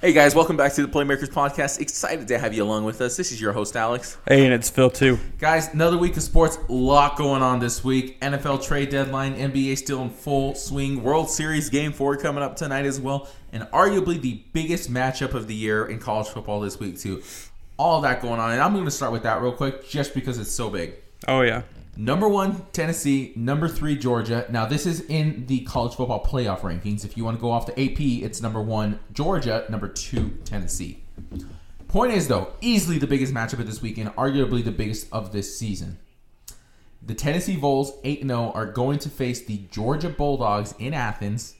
Hey guys, welcome back to the Playmakers Podcast. Excited to have you along with us. This is your host, Alex. Hey, and it's Phil too. Guys, another week of sports. A lot going on this week. NFL trade deadline, NBA still in full swing, World Series game four coming up tonight as well, and arguably the biggest matchup of the year in college football this week, too. All that going on, and I'm going to start with that real quick just because it's so big. Oh yeah, Number one, Tennessee. Number three, Georgia. Now, this is in the college football playoff rankings. If you want to go off the AP, it's number one, Georgia. Number two, Tennessee. Point is, though, easily the biggest matchup of this weekend, arguably the biggest of this season. The Tennessee Vols, 8 0, are going to face the Georgia Bulldogs in Athens.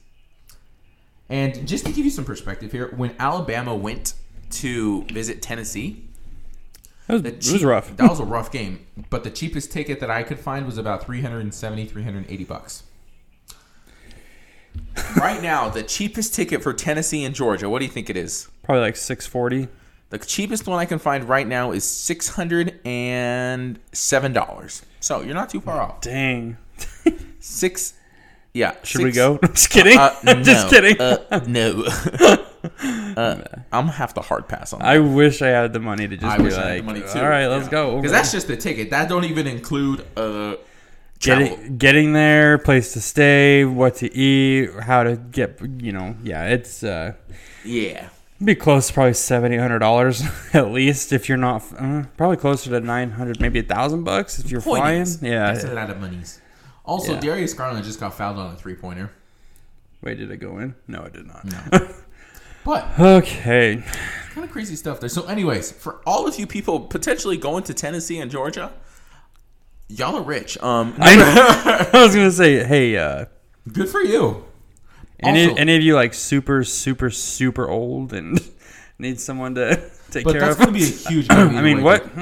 And just to give you some perspective here, when Alabama went to visit Tennessee, that was, the it was cheap- rough. that was a rough game. But the cheapest ticket that I could find was about 370, 380 bucks. right now, the cheapest ticket for Tennessee and Georgia, what do you think it is? Probably like six forty. The cheapest one I can find right now is $607. So you're not too far off. Dang. Six. Yeah. Should we go? Just kidding. Uh, no. Just kidding. Uh, no. Uh, I'm going to have to hard pass on that. I wish I had the money to just I be wish like, I had the money too. all right, let's go. Over Because that's just the ticket. That don't even include uh, travel. getting getting there, place to stay, what to eat, how to get. You know, yeah, it's uh, Yeah. be close to probably seven eight hundred dollars at least if you're not uh, probably closer to nine hundred, maybe a thousand bucks if you're Point flying. is, that's a Yeah. lot of monies. Also, Yeah. Darius Garland just got fouled on a three pointer, Wait, did it go in? No, it did not. but okay. kind of crazy stuff there. So, anyways, for all of you people potentially going to Tennessee and Georgia, y'all are rich. Um, I know. I was gonna say, hey, uh, good for you. any Also- any of you like super super super old and need someone to take But care that's of? going to be a huge. I mean, what?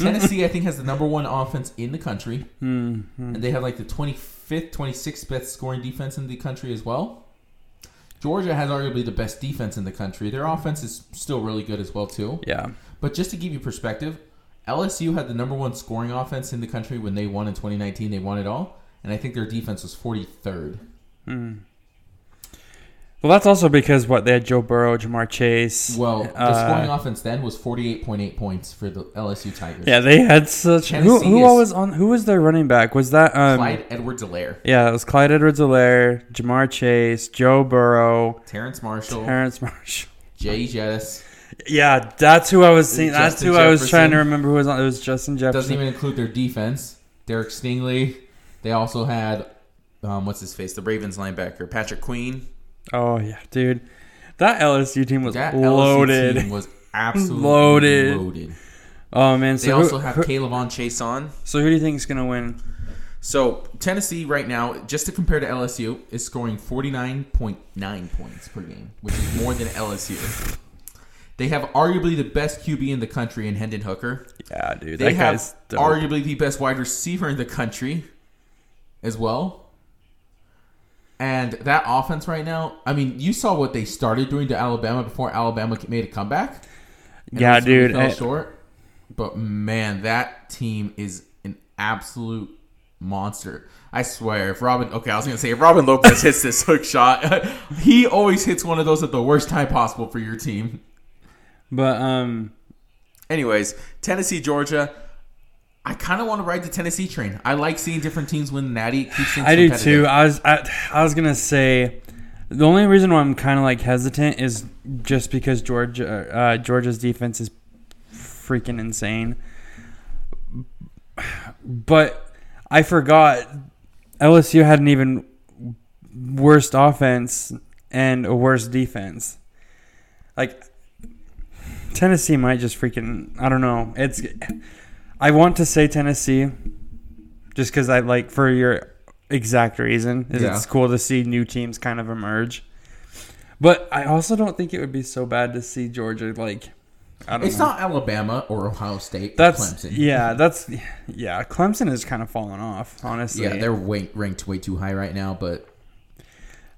Tennessee, I think, has the number one offense in the country, Hmm, and they have like the 25th, 26th best scoring defense in the country as well. Georgia has arguably the best defense in the country. Their offense is still really good as well too. yeah. But just to give you perspective, LSU had the number one scoring offense in the country when they won in 2019. They won it all, and I think their defense was 43rd. Well, that's also because what they had Joe Burrow, Jamar Chase. Well, the uh, scoring offense then was 48.8 points for the LSU Tigers. yeah, they had such. Who, Tennessee who is- was on? Who was their running back? Was that um? Clyde Edwards-Alaire, Yeah, it was Clyde Edwards-Helaire, Jamar Chase, Joe Burrow, Terrence Marshall, Terrence Marshall. Jay Jettis. Yeah, that's who I was seeing. Justin That's who I was Jefferson. trying to remember who was on. It was Justin Jefferson. Doesn't even include their defense. Derek Stingley. They also had um, what's his face, the Ravens linebacker Patrick Queen. Oh yeah, dude, that LSU team was That loaded. LSU team was absolutely Loaded. loaded. Oh man, so They who, also have who- Caleb on Chase on. so who do you think is gonna win? So Tennessee right now, just to compare to LSU, is scoring forty nine point nine points per game, which is more than LSU. They have arguably the best QB in the country in Hendon Hooker. Yeah, dude, They that have guy's dope. arguably the best wide receiver in the country as well. And that offense right now, I mean, you saw what they started doing to Alabama before Alabama made a comeback. And yeah, that's when we dude. eh, fell I- short. But man, that team is an absolute monster. I swear, if Robin, okay, I was gonna say if Robin Lopez hits this hook shot, he always hits one of those at the worst time possible for your team. but um, Anyways, Tennessee, Georgia. I kind of want to ride the Tennessee train. I like seeing different teams win Natty. Keeps things I do competitive. too. I was I, I was gonna say the only reason why I'm kind of like hesitant is just because Georgia uh, Georgia's defense is freaking insane. But I forgot LSU had an even worse offense and a worse defense. Like Tennessee might just freaking I don't know. It's I want to say Tennessee just cuz I like for your exact reason. Is Yeah. It's cool to see new teams kind of emerge. But I also don't think it would be so bad to see Georgia like I don't It's know. not Alabama or Ohio State. that's or Clemson. yeah, that's yeah, Clemson is kind of falling off, honestly. yeah, they're wa- ranked way too high right now, but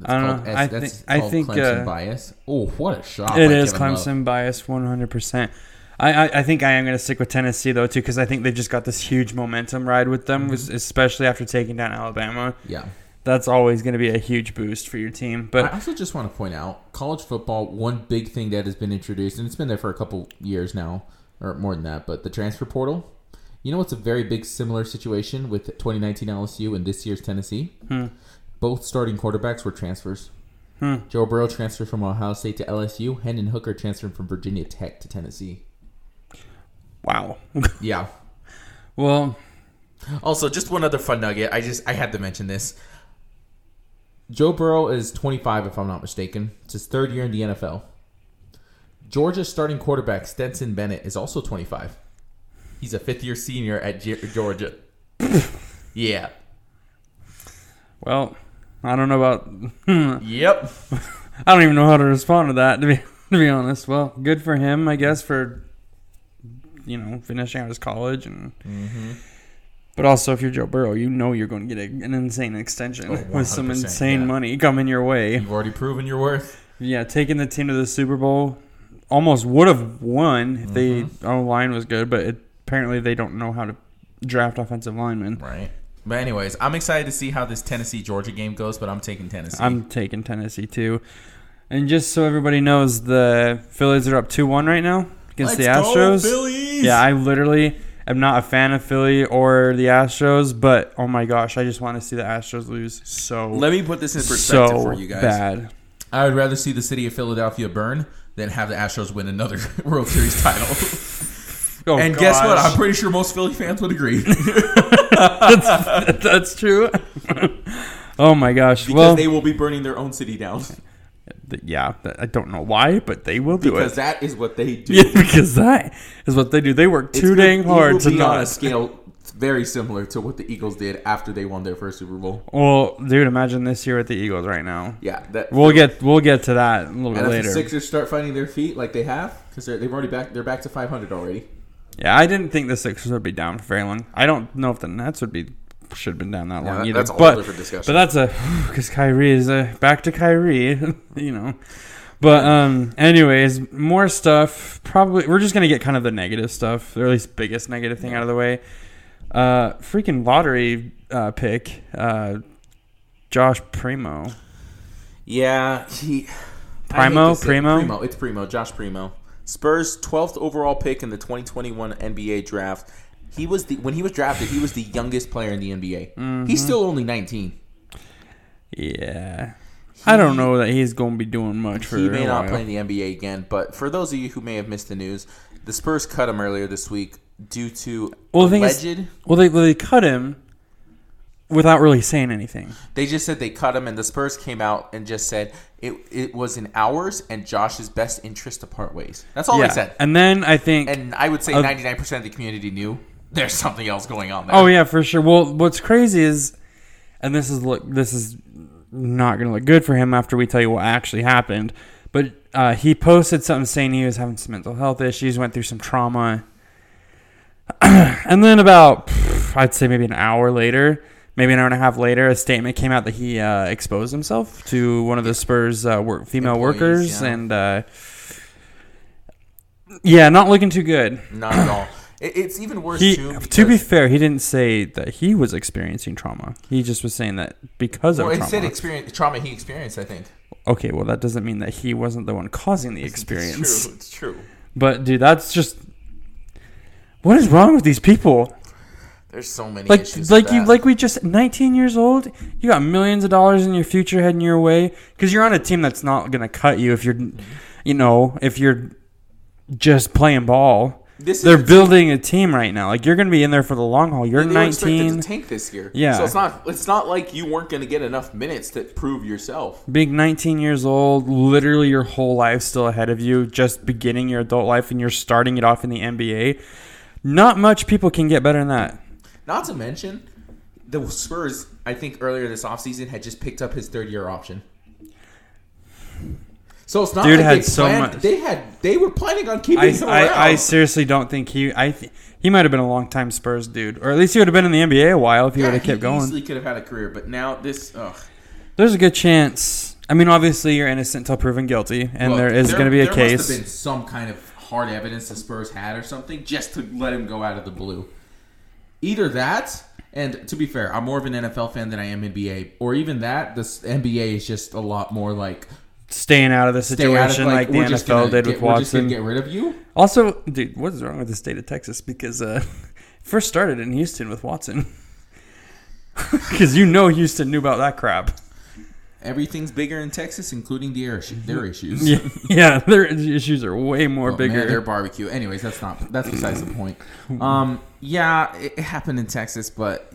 I don't called- know. Um, I that's- think that's I called think Clemson uh, bias. Oh, what a shot! It by is Kevin Love. Clemson bias, one hundred percent. I, I, I think I am going to stick with Tennessee though Mm-hmm. too because I think they've just got this huge momentum ride with them, was- especially after taking down Alabama. Yeah, that's always going to be a huge boost for your team. I But also just want to point out college football, one big thing that has been introduced, and it's been there for a couple years now, or more than that, but the transfer portal. You know what's a very big similar situation with 2019 LSU and this year's Tennessee? Both starting quarterbacks were transfers. Joe Burrow transferred from Ohio State to LSU. Hendon Hooker transferred from Virginia Tech to Tennessee. wow. Yeah. well, Also, just one other fun nugget. I just I had to mention this. Joe Burrow is 25, if I'm not mistaken. It's his third year in the NFL. Georgia's starting quarterback Stenson Bennett is also 25. He's a fifth-year senior at Ge- Georgia. yeah. well, I don't know about. hmm, Yep. I don't even know how to respond to that. To be to be honest, well, good for him, I guess, for you know finishing out his college and. Mm-hmm. But also, if you're Joe Burrow, you know you're going to get a, an insane extension Oh, with some 100%, insane yeah. money coming your way. You've already proven your worth. Yeah, taking the team to the Super Bowl almost would have won if Mm-hmm. they O line was good, but it, apparently they don't know how to draft offensive linemen. Right. But anyways, I'm excited to see how this Tennessee Georgia game goes, but I'm taking Tennessee. I'm taking Tennessee too. And just so everybody knows, the Phillies are up two one right now against the Astros. Phillies. Yeah, I literally am not a fan of Philly or the Astros, but oh my gosh, I just want to see the Astros lose so Let me put this in perspective so for you guys. bad. I would rather see the city of Philadelphia burn than have the Astros win another World Series title. Oh, and guess what? gosh. I'm pretty sure most Philly fans would agree because That's true. oh my gosh. Because well, they will be burning their own city down. th- yeah, th- I don't know why, but they will do Because it. that is what they do. yeah, because that is what they do. They work It's too gonna- dang it hard will to be on a not. scale very similar to what the Eagles did after they won their first Super Bowl. Well, dude, imagine this year with the Eagles right now. Yeah, that We'll get we'll get to that a little bit and if later. the Sixers start finding their feet like they have because they've already back they're back to 500 already. Yeah, I didn't think the Sixers would be down for very long. I don't know if the Nets would be should have been down that Yeah, long that- either. that's a whole but, different But discussion. that's a because Kyrie is a back to Kyrie, you know. But um, anyways, more stuff. Probably we're just gonna get kind of the negative stuff, or at least biggest negative thing out of the way. Uh, freaking lottery uh, pick, uh, Josh Primo. Yeah, he I hate Primo? to say- Primo? Primo. It's Primo. Josh Primo. Spurs 12th overall pick in the 2021 NBA draft. He was the when he was drafted, he was the youngest player in the NBA. He's still only 19. Yeah, I don't know that he's gonna be doing much for He a may while. not play in the NBA again, but for those of you who may have missed the news, the Spurs cut him earlier this week due to Well, the thing is- alleged. Well, they well, they cut him without really saying anything. They just said they cut him, and the Spurs came out and just said it it was in ours and Josh's best interest to part ways. That's all they said. And then I think. And I would say 99% of the community knew there's something else going on there. oh yeah, for sure. Well, what's crazy is, and this is look, this is not gonna look good for him after we tell you what actually happened. But uh, he posted something saying he was having some mental health issues, went through some trauma, and then about pff, I'd say maybe an hour later. Maybe an hour and a half later, a statement came out that he uh, exposed himself to one of the Spurs' uh, work, female Employees, workers, yeah. and uh, yeah, not looking too good. Not at all. It, it's even worse he, too. to be because- fair, he didn't say that he was experiencing trauma. He just was saying that because well, of it trauma. said experience trauma he experienced. I think okay, well that doesn't mean that he wasn't the one causing the experience. It's true. It's true. But dude, that's just what is wrong with these people? There's so many Like, issues. like with you, that. like we just 19 years old. You got millions of dollars in your future heading your way because you're on a team that's not gonna cut you if you're, you know, if you're just playing ball. This is They're a team- building a team right now. Like you're gonna be in there for the long haul. You're And they were expected 19. to tank this year. Yeah. So it's not it's not like you weren't going to get enough minutes to prove yourself. being 19 years old, literally your whole life still ahead of you, just beginning your adult life and you're starting it off in the NBA. Not much people can get better than that. Not to mention, the Spurs, I think earlier this offseason, had just picked up his third year option. So it's not Dude like had they so planned, much- They had they were planning on keeping I, him around. I, I seriously don't think he I th- he might have been a long time Spurs dude, or at least he would have been in the NBA a while if he would Yeah, have kept he going. Easily could have had a career, but now this. Ugh. There's a good chance. I mean, obviously you're innocent till proven guilty, and Look, there is going to be a there must have case. been some kind of hard evidence the Spurs had or something just to let him go out of the blue. Either that, and to be fair, I'm more of an NFL fan than I am NBA, or even that. This NBA is just a lot more like Staying out of the stay situation out of like, the we're just NFL gonna did get, with We're just gonna Watson. get rid of you. Also, dude, what is wrong with the state of Texas? Because uh, first started in Houston with Watson. Because you know Houston knew about that crap. Everything's bigger in Texas, including the air issue, their issues. Yeah, yeah, their issues are way more Oh, bigger. Man, their barbecue. Anyways, that's not that's besides the point. Um, yeah, it happened in Texas, but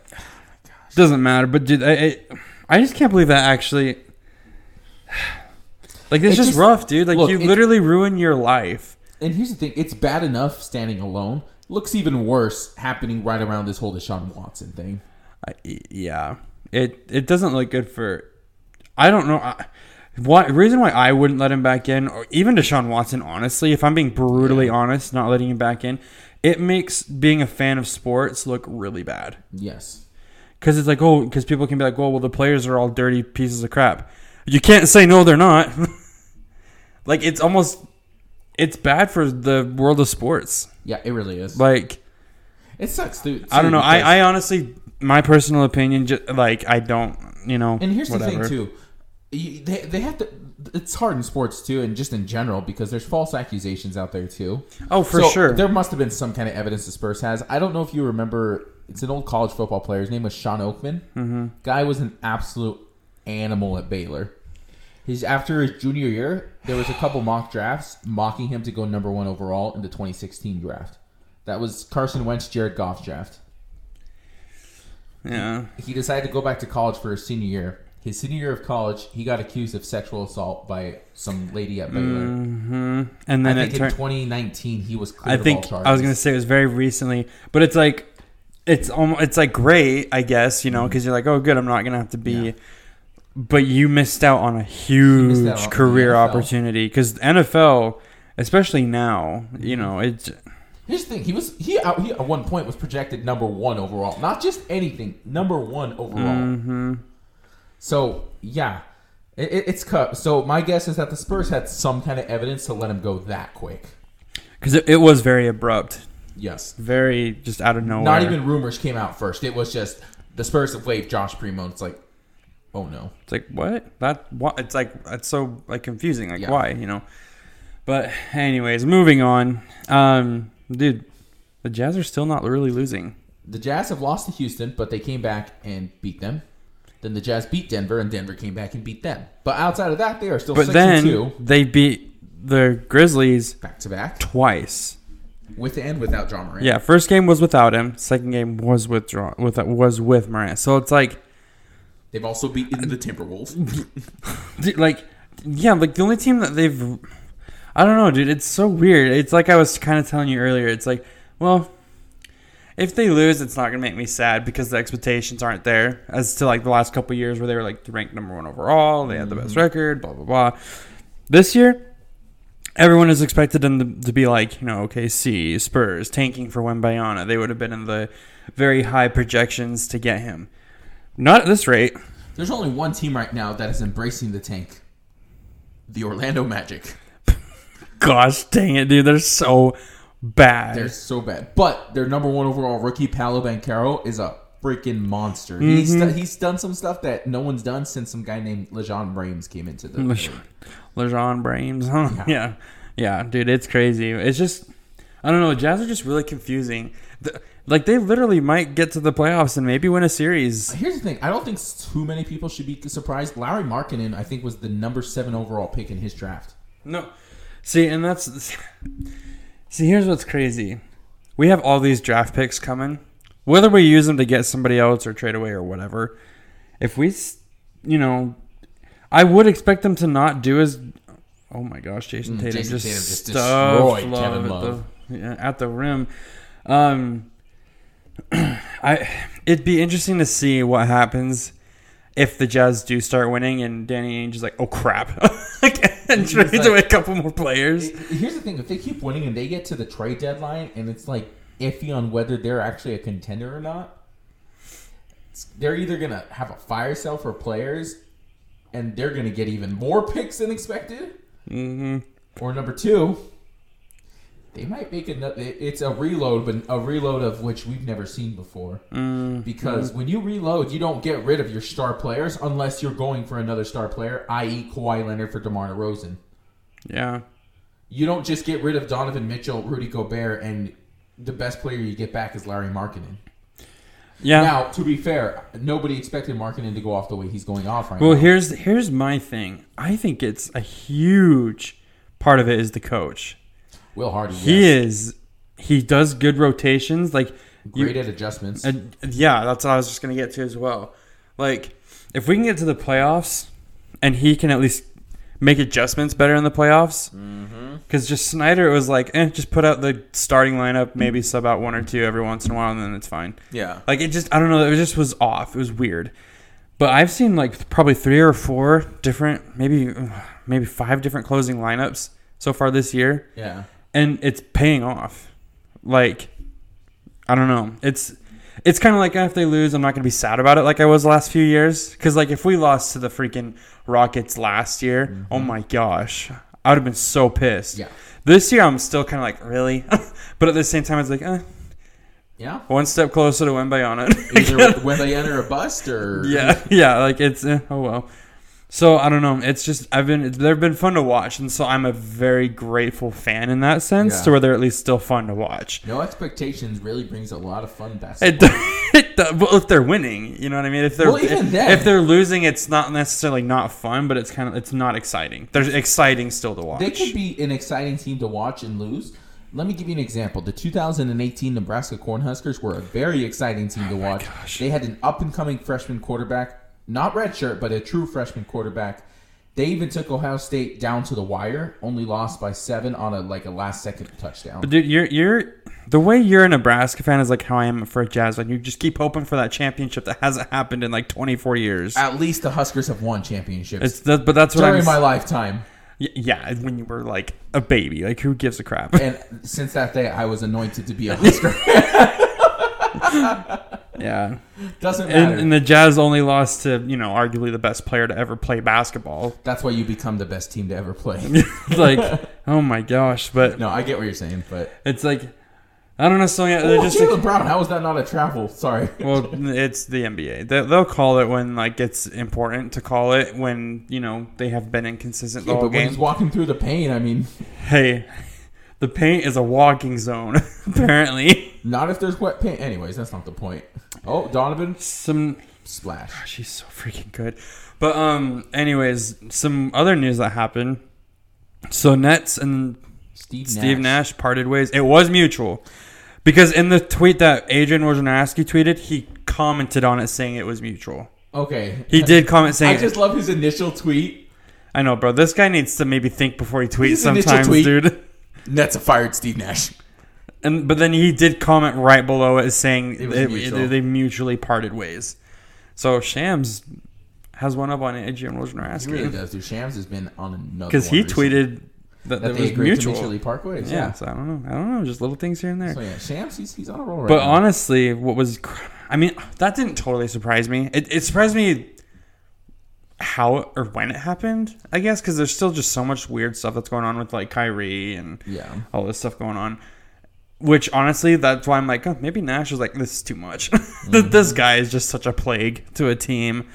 Doesn't matter, but dude, I, I, I just can't believe that actually. Like it's It just, just- rough, dude. Like look, you it- literally ruin your life. and here's the thing: it's bad enough standing alone. Looks even worse happening right around this whole Deshaun Watson thing. I, yeah, it it doesn't look good for. I don't know. I, what reason why I wouldn't let him back in, or even Deshaun Watson? Honestly, if I'm being brutally honest, not letting him back in, it makes being a fan of sports look really bad. Yes, Because it's like, oh, because people can be like, well, well, the players are all dirty pieces of crap. You can't say no, they're not. like it's almost, it's bad for the world of sports. yeah, it really is. Like it sucks, dude. I don't know. because- I, I honestly, my personal opinion, just like I don't, you know. And here's whatever. the thing too. You- They, they have to. It's hard in sports too, and just in general because there's false accusations out there too. Oh, for So, sure. There must have been some kind of evidence the Spurs has. I don't know if you remember. It's an old college football player. His name was Sean Oakman. Mm-hmm. Guy was an absolute animal at Baylor. His after his junior year, there was a couple mock drafts mocking him to go number one overall in the 2016 draft. That was Carson Wentz, Jared Goff draft Yeah. he decided to go back to college for his senior year. His senior year of college, he got accused of sexual assault by some lady at Baylor. Mm-hmm. And I then think it in turned. 2019, he was I cleared think of all charges. I was gonna say it was very recently, but it's like, it's almost it's like great, I guess, you know, because you're like, oh, good, I'm not gonna have to be. Mm-hmm. Yeah. But you missed out on a huge out on the career NFL. opportunity because NFL, especially now, you Mm-hmm. know, it's Here's the thing: he was he, out, he at one point was projected number one overall, not just anything, number one overall. Mm-hmm. So yeah, it, it, it's cut. So my guess is that the Spurs had some kind of evidence to let him go that quick. because it, it was very abrupt, Yes, very just out of nowhere. not even rumors came out first. It was just the Spurs have waived Josh Primo. It's like, oh no. It's like what that? What? It's like that's so like confusing. Like Yeah. why? You know. But anyways, moving on. Um, dude, the Jazz are still not really losing. the Jazz have lost to Houston, but they came back and beat them. Then the Jazz beat Denver, and Denver came back and beat them. But outside of that, they are still But six then and two they beat the Grizzlies back to back twice. with and without John Moran. Yeah, first game was without him. Second game was with Dra- with was with Morant. So it's like, they've also beaten the Timberwolves. dude, like, yeah, like the only team that they've, I don't know, dude. It's so weird. It's like I was kind of telling you earlier. It's like, well, if they lose, it's not gonna make me sad because the expectations aren't there as to like the last couple years where they were like ranked number one overall. They had the best record. Blah blah blah. This year, everyone has expected them to, to be like, you know, OKC, Spurs, tanking for Wembayana. They would have been in the very high projections to get him. Not at this rate. There's only one team right now that is embracing the tank: the Orlando Magic. Gosh dang it, dude. They're so bad. They're so bad, but their number one overall rookie Paolo Bancaro is a freaking monster. He's he's done some stuff that no one's done since some guy named LeJon Brames came into the. LeJean, LeJean Brames, huh? Yeah. yeah. dude, it's crazy. It's just, I don't know. Jazz are just really confusing. The, like, they literally might get to the playoffs and maybe win a series. Here's the thing. I don't think too many people should be surprised. Larry Markkinen, I think, was the number seven overall pick in his draft. No. See, and that's. See, here's what's crazy. We have all these draft picks coming. Whether we use them to get somebody else or trade away or whatever, if we, s- you know, I would expect them to not do as. Oh my gosh, Jason Tatum Mm, Jason just, Tatum just stuffed destroyed Love Kevin at Love. the- yeah, at the rim. Um, I it'd be interesting to see what happens if the Jazz do start winning and Danny Ainge is like, oh crap, and trades like- away a couple more players. Here's the thing: if they keep winning and they get to the trade deadline, and it's like iffy on whether they're actually a contender or not, it's- they're either gonna have a fire sale for players, and they're gonna get even more picks than expected, hmm or number two, They might make another. It's a reload, but a reload of which we've never seen before. because when you reload, you don't get rid of your star players unless you're going for another star player, i.e., Kawhi Leonard for DeMar DeRozan. Yeah. You don't just get rid of Donovan Mitchell, Rudy Gobert, and the best player you get back is Larry Markkinen. Yeah. Now, to be fair, nobody expected Markkinen to go off the way he's going off right Well, now. here's here's my thing. I think it's a huge part of it is the coach. Will Hardy, He yes. is he does good rotations. Like you, great at adjustments. and- yeah, that's what I was just gonna get to as well. Like if we can get to the playoffs, and he can at least make adjustments better in the playoffs. Mm-hmm. Because just Snyder was like, eh, just put out the starting lineup, maybe sub out one or two every once in a while, and then it's fine. Yeah. Like it just I don't know, it just was off. It was weird. But I've seen like probably three or four different, maybe maybe five different closing lineups so far this year, yeah. and it's paying off. Like I don't know. It's it's kind of like if they lose, I'm not going to be sad about it like I was the last few years cuz like if we lost to the freaking Rockets last year, oh my gosh. I would have been so pissed. Yeah. This year I'm still kind of like, really? but at the same time it's like, eh, Yeah. one step closer to Wembayana. Either when they enter a bust or yeah, yeah. Like it's eh, oh well. So I don't know. It's just I've been it's, they've been fun to watch, and so I'm a very grateful fan in that sense, Yeah. to where they're at least still fun to watch. no expectations really brings a lot of fun basketball. It, do- it do- well, if they're winning, you know what I mean. If they're Well, even if, then. if they're losing, it's not necessarily not fun, but it's kind of it's not exciting. There's exciting still to watch. They could be an exciting team to watch and lose. Let me give you an example. The 2018 Nebraska Cornhuskers were a very exciting team to Oh watch. They had an up and coming freshman quarterback, not redshirt, but a true freshman quarterback. They even took Ohio State down to the wire, only lost by seven on a like a last second touchdown. Dude, you're you're the way you're a Nebraska fan is like how I am for a Jazz. Like you just keep hoping for that championship that hasn't happened in like 24 years. At least the Huskers have won championships It's that, but that's what I'm during s- my lifetime. Y- Yeah, when you were like a baby, like who gives a crap? And since that day, I was anointed to be a Husker. yeah, Doesn't matter. and, and the Jazz only lost to you know arguably the best player to ever play basketball. That's why you become the best team to ever play. like, oh my gosh! But No, I get what you're saying, but it's like I don't know. So yeah, they're Well, just Jalen like, Brown. How is that not a travel? Sorry. well, it's the NBA. They, they'll call it when like it's important to call it when you know they have been inconsistent the Yeah, whole but when he's game. walking through the pain, I mean, Hey, the paint is a walking zone apparently. not if there's wet paint. Anyways, that's not the point. Oh, Donovan Some splash. She's so freaking good. But um, anyways, some other news that happened. So Nets and Steve Nash. Steve Nash parted ways. It was mutual because in the tweet that Adrian Wojnarowski tweeted, he commented on it saying it was mutual. Okay. He did comment I saying, just love his initial tweet. "I know, bro. This guy needs to maybe think before he tweets His initial sometimes, tweet. dude." Nets have fired Steve Nash. And but then he did comment right below it as saying It was they, mutual. they, they mutually parted ways. So Shams has one up on Adrian Wojnarowski. He really does. Dude, Shams has been on another. because he one recently. tweeted that that, that they was agreed mutual. to mutually part ways. yeah, Yeah. so I don't know. I don't know. Just little things here and there. So yeah, Shams, he's, he's on a roll right but now. honestly, what was cr- I mean, that didn't totally surprise me. It, it surprised me how or when it happened. I guess because there's still just so much weird stuff that's going on with like Kyrie and Yeah. all this stuff going on. Which honestly, that's why I'm like, oh, maybe Nash is like, this is too much. Th- Mm. This guy is just such a plague to a team.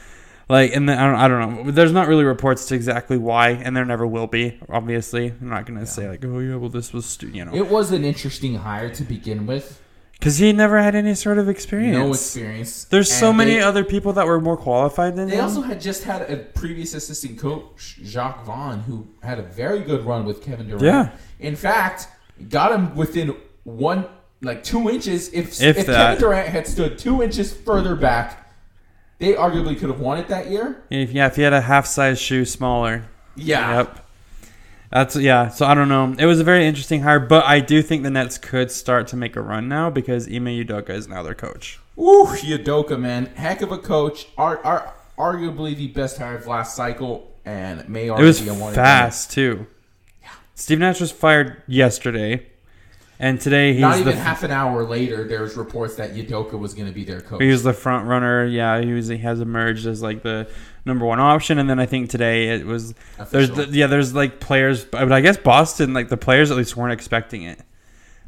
Like, and then, I, don't, I don't know. There's not really reports to exactly why, and there never will be. Obviously, I'm not gonna say like, oh yeah, well this was, stu-, you know, it was an interesting hire to begin with. because he never had any sort of experience. No experience. There's so And many they- other people that were more qualified than They him. also had just had a previous assistant coach, Jacques Vaughn, who had a very good run with Kevin Durant. Yeah. In fact, got him within one, like two inches. If, If if, that. Kevin Durant had stood two inches further back, they arguably could have won it that year. If, yeah, if he had a half size shoe smaller. Yeah. Yep. That's yeah. So I don't know. It was a very interesting hire, but I do think the Nets could start to make a run now because Ime Udoka is now their coach. Woo, Yudoka, man. Heck of a coach. Ar- ar- arguably the best hire of last cycle and may It already was be a one fast too. Steve Nash was fired yesterday, and today he's Not the even half an hour later, there was reports that Yudoka was going to be their coach. he was the front runner. Yeah, he was he has emerged as like the number one option, and then I think today it was there's Official. the, yeah there's like players, but I guess Boston like the players at least weren't expecting it.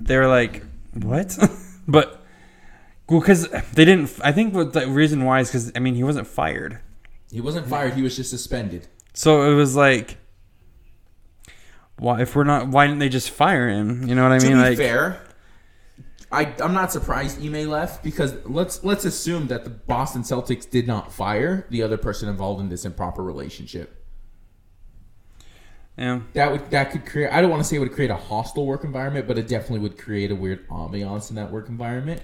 they were like, "What?" but well, because they didn't. I think what the reason why is because I mean he wasn't fired, He wasn't fired. He was just suspended. so it was like, why if we're not? Why didn't they just fire him? You know what I To mean? be Like, fair, I I'm not surprised Ime left because let's let's assume that the Boston Celtics did not fire the other person involved in this improper relationship. yeah, That would that could create. I don't want to say it would create a hostile work environment, but it definitely would create a weird ambiance in that work environment.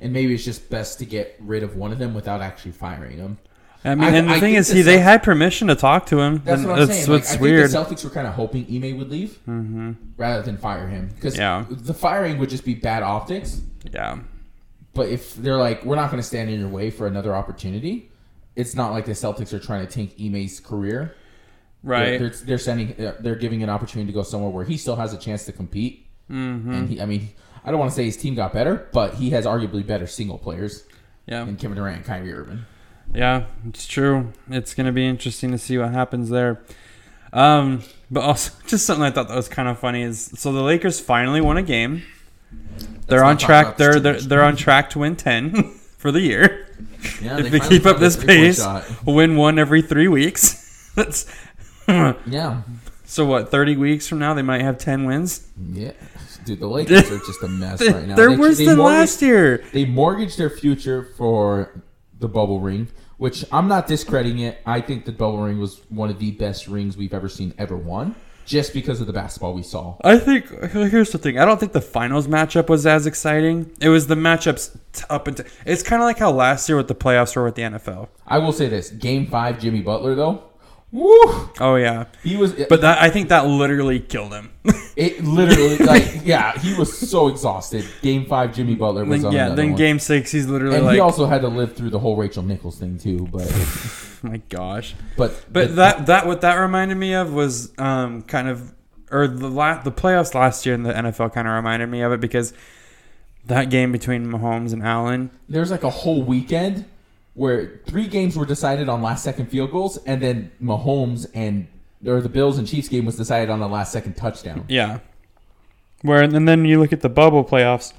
And maybe it's just best to get rid of one of them without actually firing them. I mean, I- and the I thing think is, the he they Celt- had permission to talk to him. That's and what I'm that's saying. Like, what's I weird. Mm-hmm. think the Celtics were kind of hoping Ime would leave rather than fire him because Yeah. the firing would just be bad optics. yeah. But if they're like, we're not going to stand in your way for another opportunity, it's not like the Celtics are trying to tank Ime's career. They're, Right. they're, they're sending, they're- they're giving an opportunity to go somewhere where he still has a chance to compete. Mm-hmm. And he, I mean, I don't want to say his team got better, but he has arguably better single players yeah. than Kevin Durant and Kyrie Irving. Yeah, it's true. It's going to be interesting to see what happens there. Um, but also, just something I thought that was kind of funny is so the Lakers finally won a game. They're not on talk track. about this They're too they're, much. they're on track to win ten for the year Yeah, if they keep up this pace. Win one every three weeks. That's Yeah. so what thirty weeks from now they might have ten wins. Yeah. Dude, the Lakers are just a mess right now. They're They- worse they than mortgaged- last year. They mortgaged their future for the bubble ring, which I'm not discrediting it. I think the bubble ring was one of the best rings we've ever seen ever won, just because of the basketball we saw. I think here's the thing. I don't think the finals matchup was as exciting. It was the matchups t- up until. It's kind of like how last year with the playoffs were with the NFL. I will say this: Game Five, Jimmy Butler though, woo, Oh yeah, he was. but that I think that literally killed him. it literally, like, yeah, he was so exhausted. Game Five, Jimmy Butler was then, on yeah, another then one. game six, he's literally and like, he also had to live through the whole Rachel Nichols thing too. But oh my gosh. but But that that what that reminded me of was um kind of or the la- the playoffs last year in the NFL kind of reminded me of it because that game between Mahomes and Allen. there's like a whole weekend where three games were decided on last second field goals, and then Mahomes and or the Bills and Chiefs game was decided on the last second touchdown. Yeah. Where and then you look at the bubble playoffs.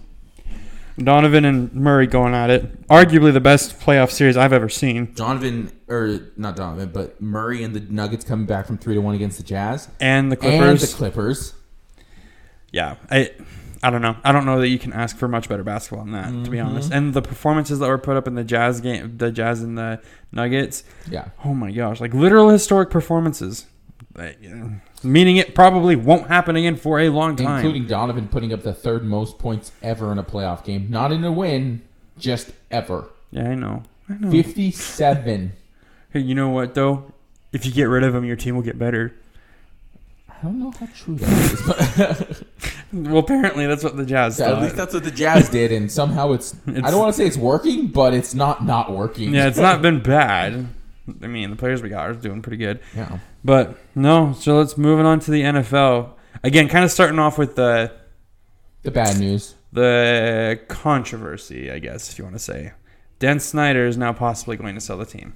Donovan and Murray going at it. Arguably the best playoff series I've ever seen. Donovan or not Donovan, but Murray and the Nuggets coming back from three to one against the Jazz And the and Clippers. the Clippers. yeah, I I don't know. I don't know that you can ask for much better basketball than that, to be honest. And the performances that were put up in the Jazz game, the Jazz and the Nuggets. Yeah, Oh my gosh, like literal historic performances. Like, yeah. Meaning it probably won't happen again for a long time. including Donovan putting up the third most points ever in a playoff game, not in a win, just ever yeah, I know. I Hmm. know. fifty-seven. Hey, you know what though? If you get rid of him, your team will get better. I don't know how true that is, but Well, apparently that's what the Jazz at thought. least that's what the Jazz did, and somehow it's, I Uh, It's- don't want to say it's working, but it's not not working. yeah, it's not been bad. I mean, the players we got are doing pretty good. Yeah. But no, so let's moving on to the NFL. Again, kind of starting off with the The bad news. the controversy, I guess, if you want to say. Dan Snyder is now possibly going to sell the team.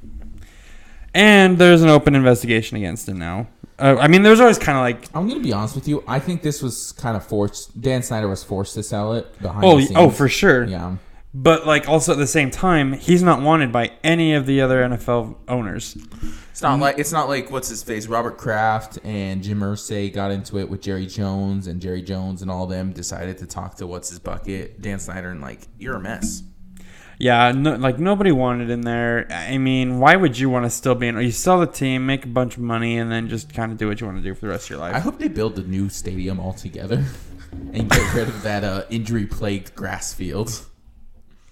And there's an open investigation against him now. Uh, I mean, there's always kind of like, I'm going to be honest with you. I think this was kind of forced. Dan Snyder was forced to sell it behind oh, the y- scenes. oh, for sure. Yeah. But like, also at the same time, he's not wanted by any of the other NFL owners. It's Mm-hmm. not like it's not like what's his face Robert Kraft and Jim Irsay got into it with Jerry Jones and Jerry Jones and all them decided to talk to what's his bucket Dan Snyder and like you're a mess. Yeah, no, like nobody wanted in there. I mean, why would you want to still be in? You sell the team, make a bunch of money, and then just kind of do what you want to do for the rest of your I life. hope they build a new stadium altogether and get rid of that uh, injury plagued grass field.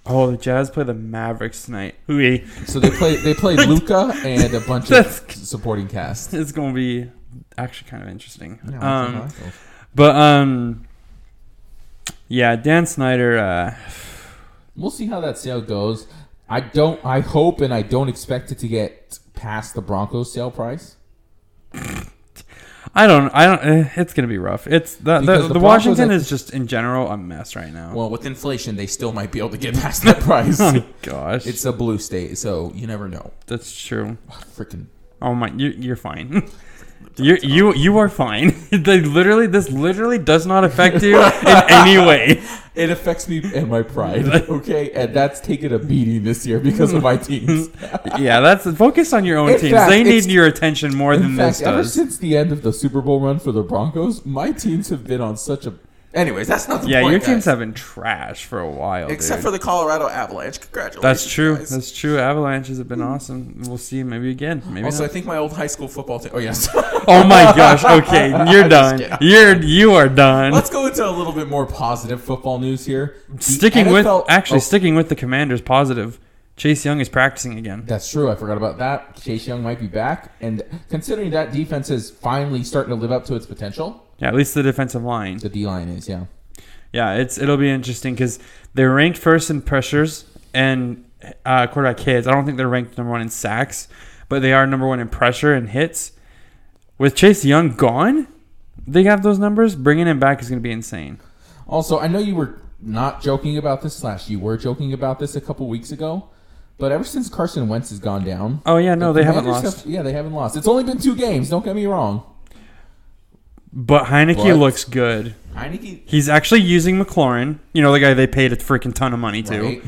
Oh, the Jazz play the Mavericks tonight. Hooey. So they play they play Luca and a bunch of That's- supporting cast. It's going to be actually kind of interesting. Yeah, um, but um, yeah, Dan Snyder. Uh, We'll see how that sale goes. I don't. I hope and I don't expect it to get past the Broncos sale price. I don't. I don't. eh, It's going to be rough. It's the the, Because the, the Broncos, Washington I- is just in general a mess right now. Well, with inflation, they still might be able to get past that price. oh my gosh, it's a blue state, so you never know. that's true. Freaking Oh my, you're, you're fine. You you you are fine. they literally this literally does not affect you in any way. It affects me and my pride. Okay, and that's taken a beating this year because of my teams. Yeah, that's focus on your own In teams. fact, they need it's- your attention more than In fact, this ever does. since the end of the Super Bowl run for the Broncos, my teams have been on such a. Anyways, that's not the Yeah, point. your guys. teams have been trash for a while. Except dude. for the Colorado Avalanche. Congratulations. That's true. guys. Hmm. That's true. Avalanches have been awesome. We'll see. Maybe again. Maybe also, I not. think my old high school football team. Oh yes. Oh my gosh. Okay, you're done. kidding. You're you are done. Let's go into a little bit more positive football news here. The sticking NFL with actually oh, sticking with the Commanders. Positive. Chase Young is practicing again. that's true. I forgot about that. Chase Young might be back, and considering that defense is finally starting to live up to its potential, Yeah, at least the defensive line. the D line is. Yeah, Yeah, it's it'll be interesting because they're ranked first in pressures and uh, quarterback hits. I don't think they're ranked number one in sacks, but they are number one in pressure and hits. With Chase Young gone, they have those numbers. Bringing him back is going to be insane. Also, I know you were not joking about this, slash, you were joking about this a couple weeks ago, but ever since Carson Wentz has gone down. Oh yeah, no, they haven't Commanders lost. have- yeah, they haven't lost. It's only been two games, don't get me wrong. But Heineke But- looks good. Heineke. He's actually using McLaurin. You know the guy they paid a freaking ton of money to. Right.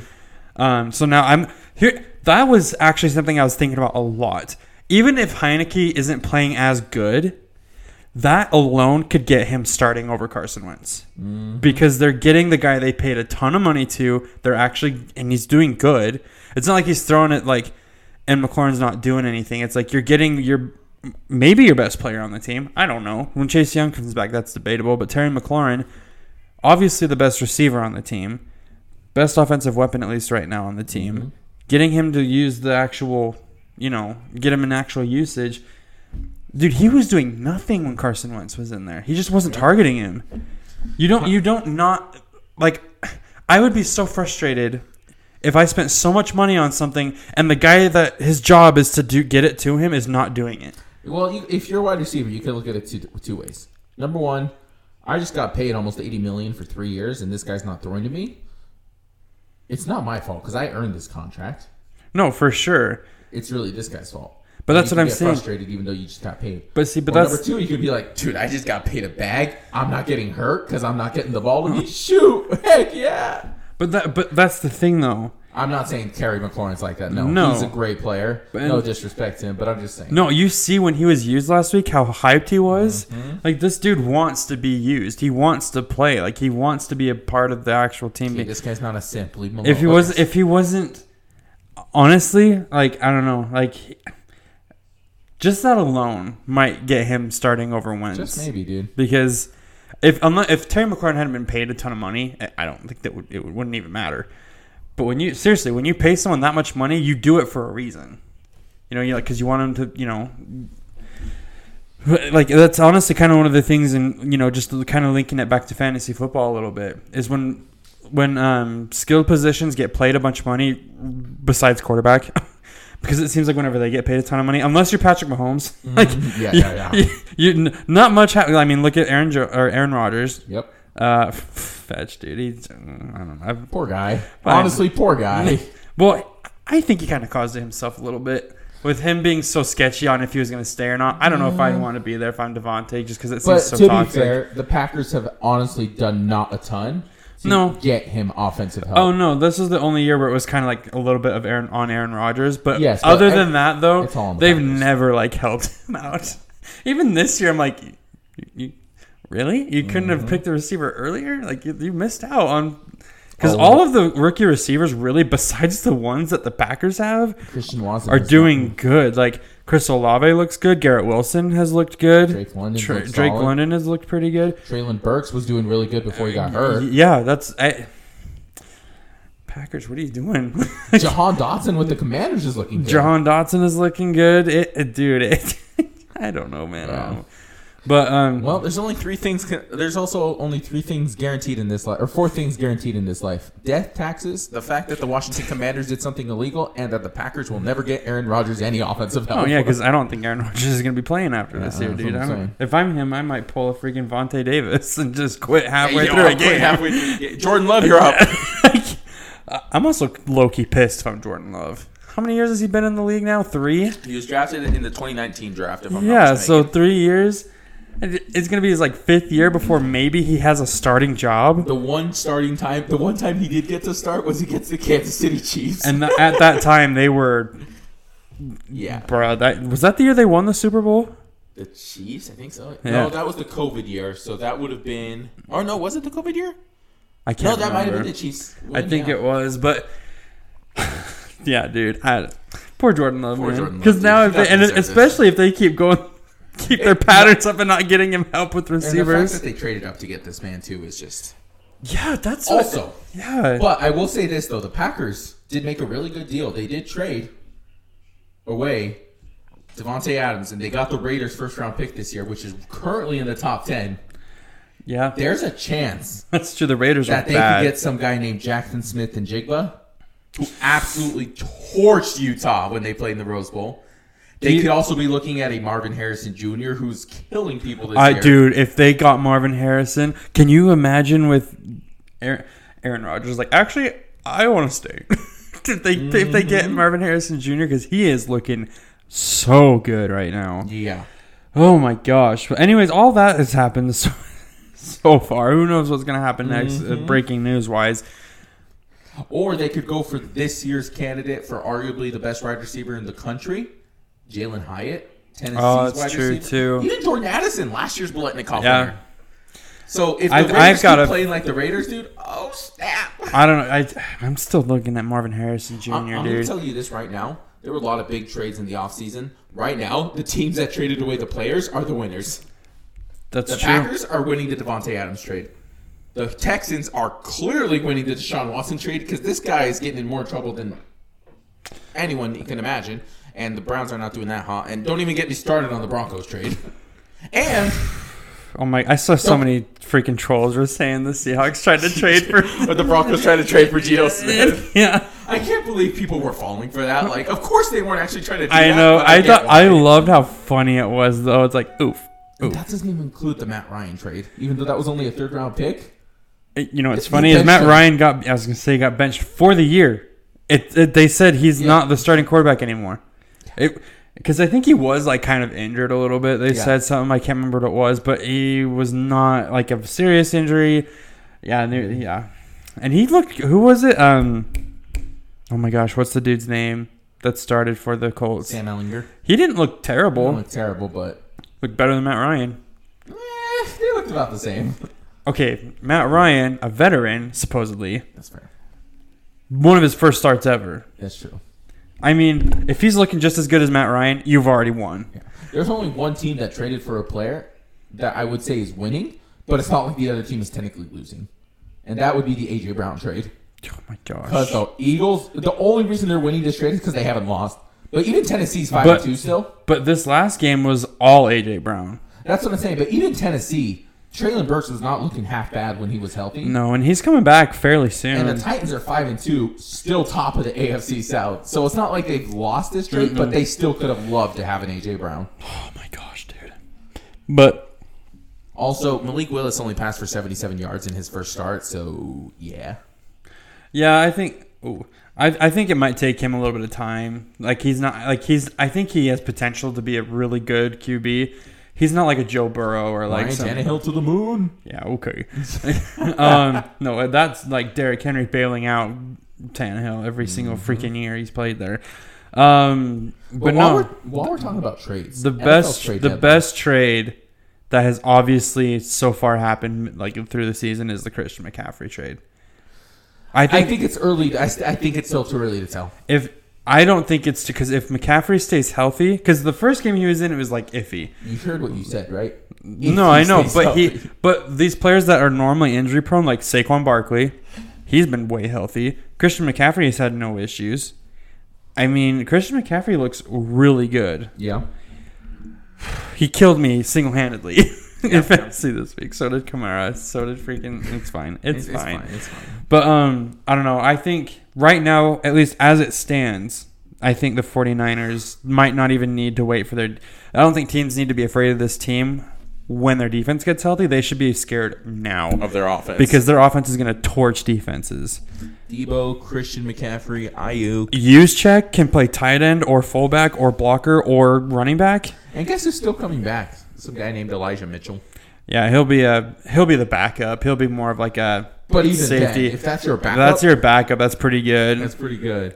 Um, so now I'm here. That was actually something I was thinking about a lot. Even if Heineke isn't playing as good, that alone could get him starting over Carson Wentz because they're getting the guy they paid a ton of money to. They're actually and he's doing good. It's not like he's throwing it like and McLaurin's not doing anything. It's like you're getting your maybe your best player on the team. I don't know. When Chase Young comes back, that's debatable. But Terry McLaurin, obviously the best receiver on the team best offensive weapon at least right now on the team. Getting him to use the actual, you know, get him in actual usage. Dude, he was doing nothing when Carson Wentz was in there. He just wasn't targeting him. You don't you don't not like I would be so frustrated if I spent so much money on something and the guy that his job is to do get it to him is not doing it. Well, you, if you're a wide receiver, you can look at it two, two ways. Number one, I just got paid almost 80 million for three years, and this guy's not throwing to me. It's not my fault because I earned this contract. No, for sure. It's really this guy's fault. But And that's you what can I'm get saying. Frustrated, even though you just got paid. But see, but Or that's number two, you could be like, dude, I just got paid a bag. I'm not getting hurt because I'm not getting the ball to me. Shoot, heck yeah. but that but that's the thing though. I'm not saying Terry McLaurin's like that. No, No. he's a great player. But- no disrespect to him, but I'm just saying. No, you see when he was used last week how hyped he was. Mm-hmm. Like this dude wants to be used. He wants to play. Like he wants to be a part of the actual team. Hey, this guy's not a simp. Leave him alone. if he Oh, Okay. was if he wasn't honestly, like I don't know, like he- just that alone might get him starting over Wentz. just maybe, dude. Because if unless, if Terry McLaurin hadn't been paid a ton of money, I- I don't think that would, it would, wouldn't even matter. But when you seriously, when you pay someone that much money, you do it for a reason. You know, you like because you want them to, you know, like that's honestly kind of one of the things, and you know, just kind of linking it back to fantasy football a little bit is when when um, skilled positions get played a bunch of money besides quarterback. Because it seems like whenever they get paid a ton of money, unless you're Patrick Mahomes, like Yeah, yeah, yeah. you, you- n- not much. Ha- I mean, look at Aaron jo- or Aaron Rodgers. Yep. Uh, f- fetch, dude. He's, uh, I don't know. I've, Poor guy. Fine. Honestly, poor guy. well, I think he kind of caused it himself a little bit with him being so sketchy on if he was going to stay or not. I don't know if I'd want to be there if I'm Devontae, just because it Mm. but seems so to toxic. be fair, the Packers have honestly done not a ton to No. get him offensive help. Oh no, this is the only year where it was kind of like a little bit of Aaron on Aaron Rodgers, but Yes, but other I- than that though, it's all on the they've Packers. never like helped him out. Even this year, I'm like, you, you, really? You couldn't have picked the receiver earlier? Like you, you missed out on because Mm-hmm. Oh. all of the rookie receivers, really, besides the ones that the Packers have, Christian Watson are is not- doing good. Like Chris Olave looks good. Garrett Wilson has looked good. Drake London Tra- looks Drake solid. London has looked pretty good. Traylon Burks was doing really good before he got hurt. Uh, Yeah, that's I, Packers. What are you doing? Jahan Dotson with the Commanders is looking good. John Dotson is looking good. It, it- dude, it, I don't know, man. I Wow. don't know. But um, Well, there's only three things. There's also only three things guaranteed in this life, or four things guaranteed in this life: death, taxes, the fact that the Washington Commanders did something illegal, and that the Packers will never get Aaron Rodgers any offensive help. oh yeah, because I don't think Aaron Rodgers is gonna be playing after this Yeah, year, that's dude. what I'm I'm- saying. if I'm him, I might pull a freaking Vontae Davis and just quit halfway Yo, through a I'm quitting game. halfway through the game. Jordan Love, you're up. Like, I- I'm also low key pissed if I'm Jordan Love. How many years has he been in the league now? Three. He was drafted in the 2019 draft. If I'm not Yeah, so mistaken. three years. And It's gonna be his like fifth year before maybe he has a starting job. The one starting time, the one time he did get to start was against the Kansas City Chiefs. And th- at that time, they were, yeah, bro. That was that the year they won the Super Bowl. the Chiefs, I think so. Yeah. No, that was the COVID year, so that would have been. Or no, was it the COVID year? I No, can't. that might have been remember. the Chiefs. I think it was, but yeah, dude. I, poor Jordan Love, Poor man. Jordan Love, Because now, dude. if He they, doesn't and deserve this. especially if they keep going, keep their patterns up and not getting him help with And the fact that receivers. they traded up to get this man too is just Yeah, that's what- also. yeah. But I will say this though, the Packers did make a really good deal. They did trade away Devontae Adams, and they got the Raiders' first round pick this year, which is currently in the top ten. Yeah, There's a chance that's true. The Raiders are that they bad. could get some guy named Jackson Smith and Jigba, who absolutely torched Utah when they played in the Rose Bowl. They Do you- could also be looking at a Marvin Harrison Jr. who's killing people this I year. dude, if they got Marvin Harrison, can you imagine with Aaron, Aaron Rodgers? Like, actually, I want to stay. if they if they get Mm-hmm. Marvin Harrison Jr. because he is looking so good right now. Yeah. Oh my gosh. But anyways, all that has happened so, so far. Who knows what's gonna happen next? Uh, Mm-hmm. breaking news wise, Or they could go for this year's candidate for arguably the best wide receiver in the country, Jalen Hyatt. Tennessee's Oh, that's wide true, receiver. too. Even Jordan Addison, last year's Bulletnikov Yeah. winner. So if the I've- Raiders I've got keep a- playing like the Raiders, dude, oh snap! I don't know. I I'm still looking at Marvin Harrison Jr. Uh, I'm, I'm going to dude. tell you this right now. There were a lot of big trades in the offseason. Right now, the teams that traded away the players are the winners. That's The true. Packers are winning the Devontae Adams trade. The Texans are clearly winning the Deshaun Watson trade because this guy is getting in more trouble than anyone you can imagine. And the Browns are not doing that hot. And don't even get me started on the Broncos trade. And Oh my! I saw so many freaking trolls were saying the Seahawks tried to trade for. but the Broncos trying to trade for Geno Smith. yeah. I can't believe people were falling for that. Like, of course they weren't actually trying to. Do I that, know. but I get thought why. I loved how funny it was though. It's like oof. And That doesn't even include the Matt Ryan trade, even though that was only a third round pick. It- Uh, you know what's He funny is benched Matt him. Ryan got. I was gonna say he got benched for the year. It, it they said he's Yeah. not the starting quarterback anymore. It because I think he was like kind of injured a little bit. They Yeah. said something I can't remember what it was, but he was not like a serious injury. Yeah, and Mm-hmm. they- yeah, and he looked. Who was it? Um, oh my gosh, what's the dude's name that started for the Colts? Sam Ellinger. He didn't look Well, terrible. looked terrible, but Looked better than Matt Ryan. eh, they looked about the same. Okay, Matt Ryan, a veteran supposedly, That's fair. one of his first starts ever. That's true. I mean, if he's looking just as good as Matt Ryan, you've already won. Yeah. There's only one team that traded for a player that I would say is winning, but it's not like the other team is technically losing. And that would be the AJ Brown trade. Oh my Because gosh. the Eagles, the only reason they're winning this trade is because they haven't lost. But even Tennessee's five But- and two still. But this last game was all AJ Brown. That's what I'm saying. But even Tennessee, Traylon Burks was not looking half bad when he was healthy. No, and he's coming back fairly And soon. the Titans are five and two, still top of the AFC South. So it's not like they've lost this trade, Mm-hmm. but they still could have loved to have an AJ Brown. oh my gosh, dude. But Also, Malik Willis only passed for seventy-seven yards in his first start, so yeah. yeah, I think ooh, I I think it might take him a little bit of time. Like he's not like he's I think he has potential to be a really good QB. He's not like a Joe Burrow or like Ryan some- Tannehill to the moon. Yeah, okay. um, no, that's like Derrick Henry bailing out Tannehill every single freaking year he's played there. Um, but while no, we're, while we're talking about trades, the NFL best trade the deadline. best trade that has obviously so far happened like through the season is the Christian McCaffrey trade. I I think think it's early. I, st- I think it's still too early to tell. if I don't think it's because if McCaffrey stays healthy, because the first game he was in it was like iffy. You heard what you said, right? No, I know, but If he, but these players that are normally injury prone, like Saquon Barkley, he's been way healthy. Christian McCaffrey has had no issues. I mean, Christian McCaffrey looks really good. yeah, He killed me single handedly in fantasy this week. So did Kamara. So did freaking. It's fine. It's, fine. It's fine. But um, I don't know. I think right now, at least as it stands, I think the 49ers might not even need to wait for their. I don't think teams need to be afraid of this team. when their defense gets healthy, they should be scared now of their offense. because their offense is going to torch defenses. Debo, Christian McCaffrey, Ayuk. Juszczyk can play tight end or fullback or blocker or running back. And guess who's still coming back? Some guy named Elijah Mitchell. Yeah, he'll be a he'll be the backup. He'll be more of like a But even Safety. then, if that's your backup, that's your backup. That's pretty good. that's pretty good.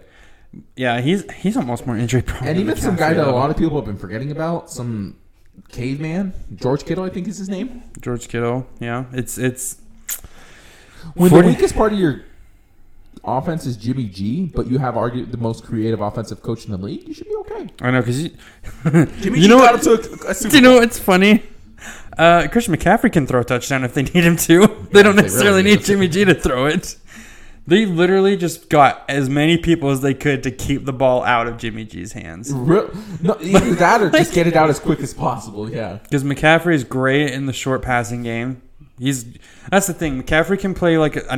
yeah, he's he's almost more injury prone. And than even some McCaffrey, guy that a though. lot of people have been forgetting about, some caveman, George Kittle, I think is his name. George Kittle. Yeah, it's it's When Forty- the weakest part of your offense is Jimmy G, but you have argued the most creative offensive coach in the league, you should be okay. I know because you, Jimmy you know what, got him to a, a Super you know what's funny. Uh, Christian McCaffrey can throw a touchdown if they need him to. They don't they really necessarily do. need Jimmy G to throw it. They literally just got as many people as they could to keep the ball out of Jimmy G's hands. Real, no, either that or just get it out as quick as possible. Yeah. Because McCaffrey is great in the short passing game. He's that's the thing. McCaffrey can play like a,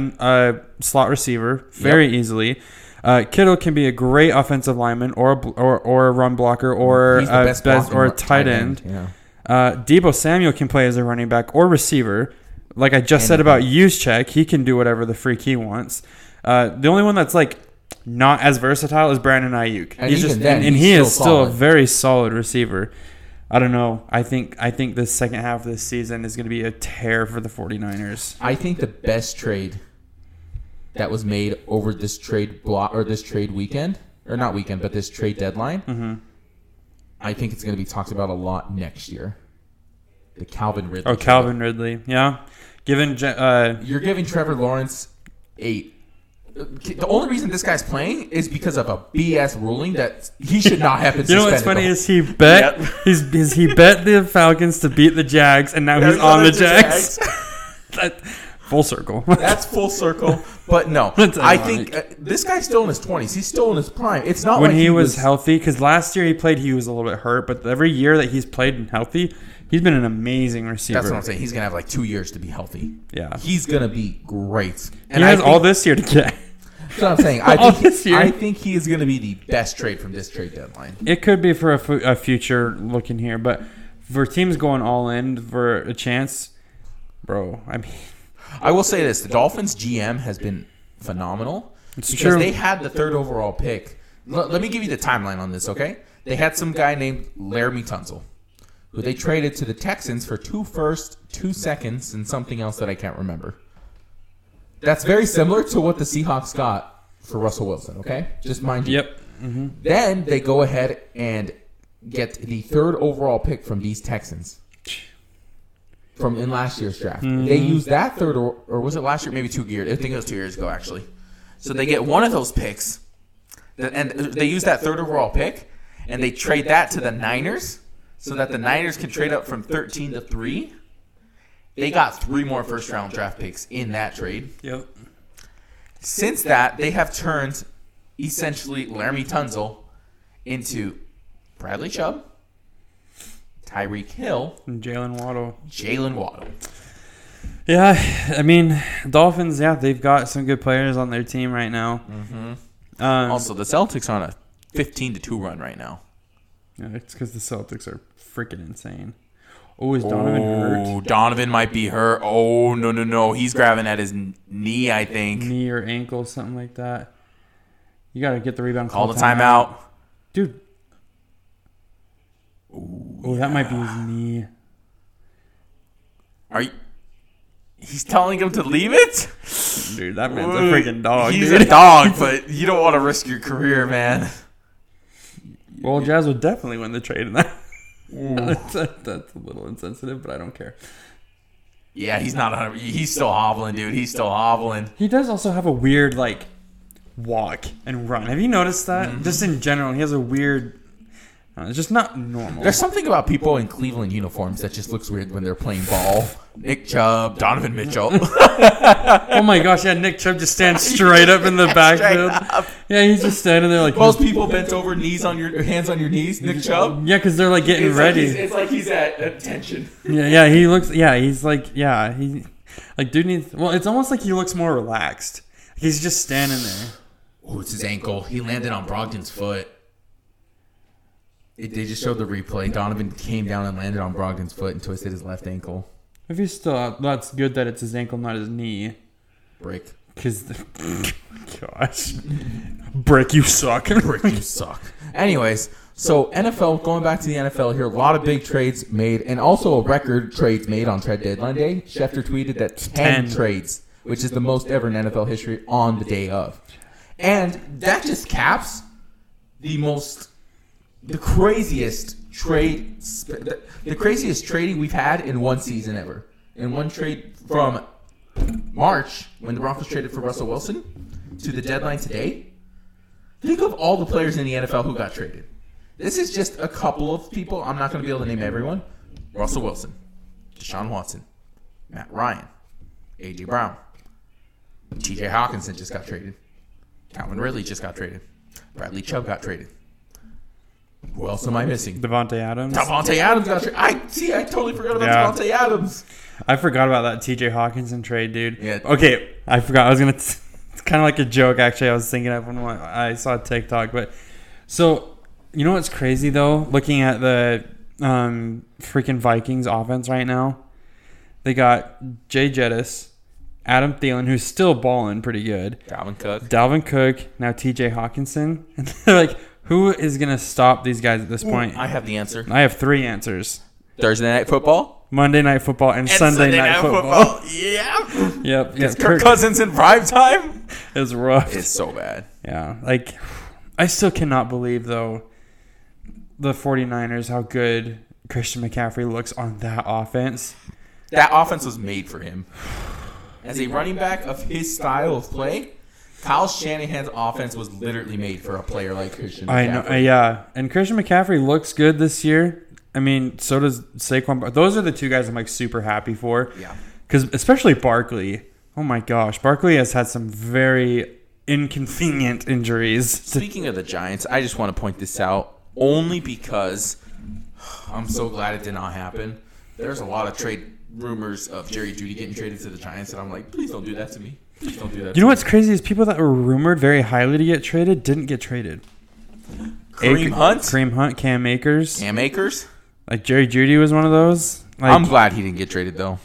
a slot receiver very easily. Uh, Kittle can be a great offensive lineman or a, bl- or or a run blocker or He's the a best best blocking or a ru- tight end. Yeah. Uh, Debo Samuel can play as a running back or receiver. Like I just said about check, he can do whatever the freak he wants. Uh, the only one that's like not as versatile is Brandon Ayuk. And he's even just then, and, and he's he still is still a solid. very solid receiver. I don't know. I think I think the second half of this season is going to be a tear for the 49ers. I think the best trade that was made over this trade block or this trade weekend, or not weekend, but this trade deadline, Mm-hmm. I think it's going to be talked about a lot next year. The Calvin Ridley. Oh, Calvin Ridley. Yeah. Given Je- uh, You're giving Trevor Lawrence eight. The only reason this guy's playing is because of a BS ruling that he should not have been you know what's suspended funny the- is he bet Yep. he's, is he bet the Falcons to beat the Jags and now he's on the Jags. that, full circle. That's full circle. But no, That's I ironic. think uh, this guy's still in his 20s. He's still in his prime. It's not when like he was healthy, because last year he played, he was a little bit hurt, but every year that he's played and healthy, he's been an amazing receiver. That's what I'm saying. He's gonna have like two years to be healthy. Yeah. he's gonna be great. He And has I think, all this year to get. That's what I'm saying. I all think, this year. I think he is gonna be the best trade from this trade deadline. It could be for a, fu- a future looking here, but for teams going all in for a chance, bro, I mean, I will say this: the Dolphins GM has been phenomenal because true. they had the third overall pick. L- let me give you the timeline on this, okay? They had some guy named Laramie Tunzel, who they traded to the Texans for two firsts, two seconds, and something else that I can't remember. That's very similar to what the Seahawks got for Russell Wilson, okay? Just mind you. yep. Then they go ahead and get the third overall pick from these Texans from in last year's draft. Mm-hmm. They use that third, or, or was it last year? Maybe two years. I think it was two years ago, actually. So they get one of those picks, th- and they use that third overall pick, and they trade that to the Niners so that the Niners can trade up from 13 to 3. They got three more first round draft picks in that trade. Yep. Since that, they have turned essentially Laramie Tunzel into Bradley Chubb, Tyreek Hill, And Jalen Waddle. Jalen Waddle. Yeah, I mean, Dolphins, yeah, they've got some good players on their team right now. Mm-hmm. Um, Also, the Celtics are on a 15 to 2 run right now. yeah, it's because the Celtics are freaking insane. Oh, is Donovan hurt? Oh, Donovan might be hurt. Oh, no, no, no. He's grabbing at his kn- knee, I think. knee or ankle, something like that. You gotta get the rebound. Call Call the timeout. timeout. dude. Oh, that might be his knee. Are you. He's telling him to leave it? Dude, that man's Ooh, He's a dog, but you don't want to risk your career, man. well, Jazz would definitely win the trade in that. That- That's a little insensitive, but I don't care. Yeah, he's not. 100 He's still hobbling, dude. He's still hobbling. He does also have a weird like walk and run. Have you noticed that? Just in general, he has a weird. uh, It's just not normal. There's something about people in Cleveland uniforms that just looks weird when they're playing ball. Nick Chubb, Donovan Mitchell. oh my gosh! Yeah, Nick Chubb just stands straight up in the backfield. up. Yeah, he's just standing there like. Most people bent over, knees on your hands on your knees. Nick Chubb. yeah, because they're like getting It's ready. Like he's, it's like he's at attention. Yeah, yeah, he looks. Yeah, he's like, yeah, he, like, dude needs. Well, it's almost like he looks more relaxed. He's just standing there. Oh, it's his ankle. He landed on Brogdon's foot. It, they just showed the replay. Donovan came down and landed on Brogdon's foot and twisted his left ankle. If he's still out, that's good that it's his ankle, not his knee. Break. Because, gosh, brick, you suck. Brick, you suck. Anyways, so NFL, going back to the NFL here, a lot of big trades made and also a record trades made on trade deadline day. Schefter tweeted that 10 Ten. trades, which is the most ever in NFL history on the day of. And that just caps the most, the craziest trade, sp- the, the craziest trading we've had in one season ever. In one trade from March, when the Broncos traded for Russell Wilson, to the deadline today. Think of all the players in the NFL who got traded. This is just a couple of people. I'm not going to be able to name everyone. Russell Wilson, Deshaun Watson, Matt Ryan, A.J. Brown, T.J. Hawkinson just got traded. Calvin Ridley just got traded. Bradley Chubb got traded. Who else am I missing? Devonte Adams. Devontae Adams got traded. I see. I totally forgot about Yeah. Devontae Adams. I forgot about that TJ Hawkinson trade, dude. Yeah. Okay, I forgot. I was gonna. T- it's kind of like a joke, actually. I was thinking of when I saw TikTok, but so you know what's crazy though? Looking at the um, freaking Vikings offense right now, they got Jay Jettis, Adam Thielen, who's still balling pretty good, Dalvin Cook. Dalvin Cook, now TJ Hawkinson, and they're like, who is gonna stop these guys at this point? I have the answer. I have three answers: Thursday night football. Monday Night Football and, Sunday, Night, football. Yeah. Yep. Yeah, Kirk Kirk- Cousins in prime time. It's rough. It's so bad. yeah. Like, I still cannot believe, though, the 49ers, how good Christian McCaffrey looks on that offense. That offense was made for him. As a running back of his style of play, Kyle Shanahan's offense was literally made for a player like Christian. I know. McCaffrey. yeah. And Christian McCaffrey looks good this year. I mean, so does Saquon. Bar- Those are the two guys I'm, like, super happy for. Yeah. Because, especially Barkley. Oh, my gosh. Barkley has had some very inconvenient injuries. Speaking of the Giants, I just want to point this out only because I'm so glad it did not happen. There's a lot of trade rumors of Jerry Judy getting traded to the Giants, and I'm like, please don't do that to me. Please don't do that. You know what's crazy is people that were rumored very highly to get traded didn't get traded. Kareem Acre- Hunt, Kareem Hunt, Cam Akers. Cam Akers. Like Jerry Judy was one of those. Like, Um, I'm glad he didn't get traded though.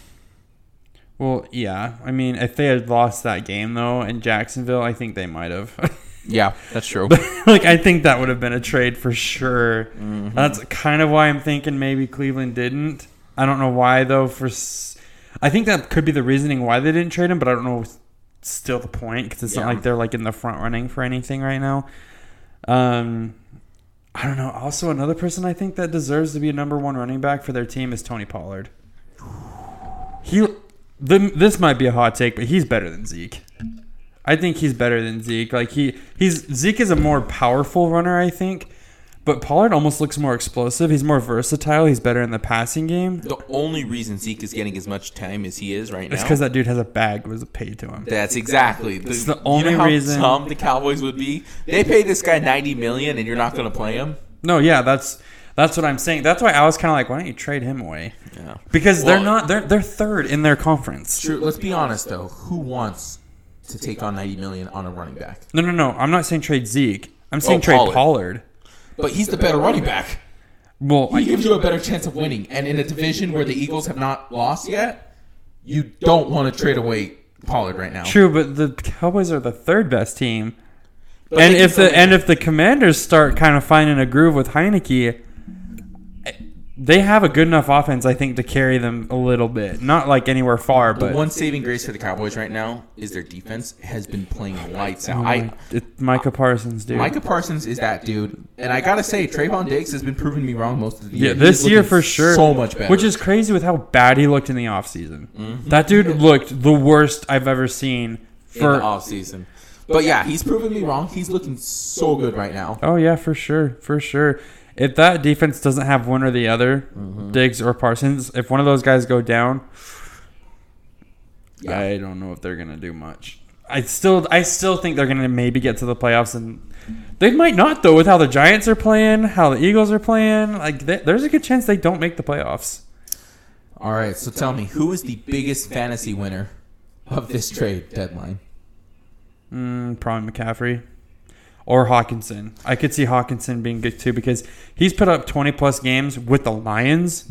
well, yeah. I mean, if they had lost that game though in Jacksonville, I think they might have. Yeah, that's true. like, I think that would have been a trade for sure. That's kind of why I'm thinking maybe Cleveland didn't. I don't know why though. For s- I think that could be the reasoning why they didn't trade him, but I don't know. s- Still the point because it's Yeah. not like they're like in the front running for anything right now. Um, I don't know. Also, another person I think that deserves to be a number one running back for their team is Tony Pollard. He, the, this might be a hot take, but he's better than Zeke. I think he's better than Zeke. Like he, he's Zeke is a more powerful runner, I think. But Pollard almost looks more explosive. He's more versatile. He's better in the passing game. the only reason Zeke is getting as much time as he is right It's now. because that dude has a bag was paid to him. That's exactly. The, It's the only you know how reason- Dumb the Cowboys would be. They pay this guy 90 million, and you're not going to play him. No, yeah, that's that's what I'm saying. That's why I was kind of like, why don't you trade him away? Yeah. Because Well- they're not they're they're third in their conference. True. Let's be honest though. Who wants to take on 90 million on a running back? No, no, no. I'm not saying trade Zeke. I'm saying Oh, trade Pollard. Pollard. But he's the better running back. Well, He I, gives you a better chance of winning. And in a division where the Eagles have not lost yet, you don't want to trade away Pollard right now. true, but the Cowboys are the third best team. But and they if can the still- and if the Commanders start kind of finding a groove with Heineke, eh, they have a good enough offense, I think, to carry them a little bit. Not like anywhere far, but one saving grace for the Cowboys right now is their defense has been playing lights out. I, it, Micah Parsons, dude. Micah Parsons is that dude, and I gotta say, Trayvon Diggs has been proving me wrong most of the year. yeah, this He's year looking for sure. so much better. Mm-hmm. Which is crazy with how bad he looked in the offseason. That dude looked the worst I've ever seen. for For off season. But yeah, he's proving me wrong. He's looking so good right now. oh yeah, for sure, for sure. If that defense doesn't have one or the other, Diggs or Parsons, if one of those guys go down, Yeah. I don't know if they're gonna do much. I still, I still think they're gonna maybe get to the playoffs, and they might not though. With how the Giants are playing, how the Eagles are playing, like th there's a good chance they don't make the playoffs. All right, so tell me, who is the biggest fantasy winner of this trade deadline? Mm, probably McCaffrey. or Hawkinson. I could see Hawkinson being good too because he's put up 20 plus games with the Lions.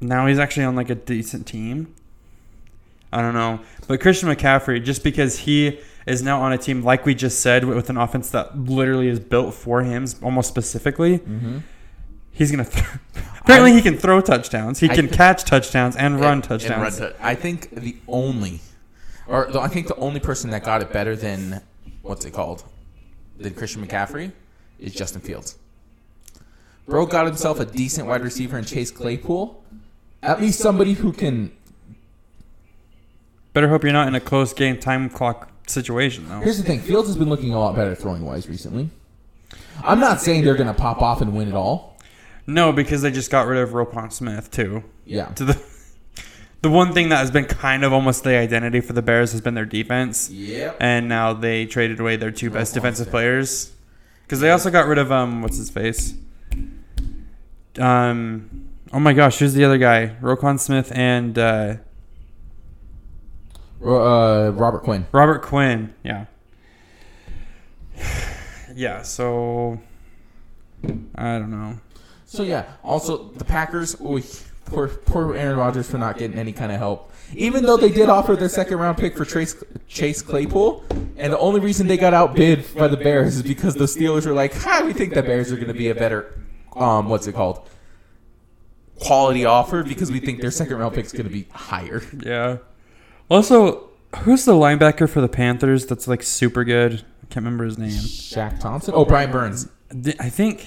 Now he's actually on like a decent team. I don't know. But Christian McCaffrey, just because he is now on a team, like we just said, with with an offense that literally is built for him almost specifically, he's going to. Th- Apparently, he can throw touchdowns. He I- can catch touchdowns and run touchdowns. And run tou- I think the only, or the, I think the only person that got it better than what's it called, than Christian McCaffrey, is Justin Fields. Bro got himself a decent wide receiver in Chase Claypool, at least somebody who can. Better hope you're not in a close game time clock situation though. Here's the thing: Fields has been looking a lot better throwing wise recently. I'm not saying they're gonna pop off and win it all. No, because they just got rid of Roquan Smith too. Yeah, To the the one thing that has been kind of almost the identity for the Bears has been their defense, yep. and now they traded away their two best Roquan defensive Smith. players because they also got rid of um what's his face. Um, oh my gosh, who's the other guy? Roquan Smith and uh, Uh, Robert Quinn. Robert Quinn. Yeah. Yeah. So I don't know. So yeah. Also, the Packers. Ooh, poor poor Aaron Rodgers for not getting any kind of help. Even though they did offer their second round pick for Chase Chase Claypool, and the only reason they got outbid by the Bears is because the Steelers were like, "Ha, we think the Bears are going to be a better, um, what's it called, quality offer because we think their second round pick is going to be higher." Yeah. Also, who's the linebacker for the Panthers that's like super good? I can't remember his name. Shaq Thompson. Oh, Brian Burns, Th- I think.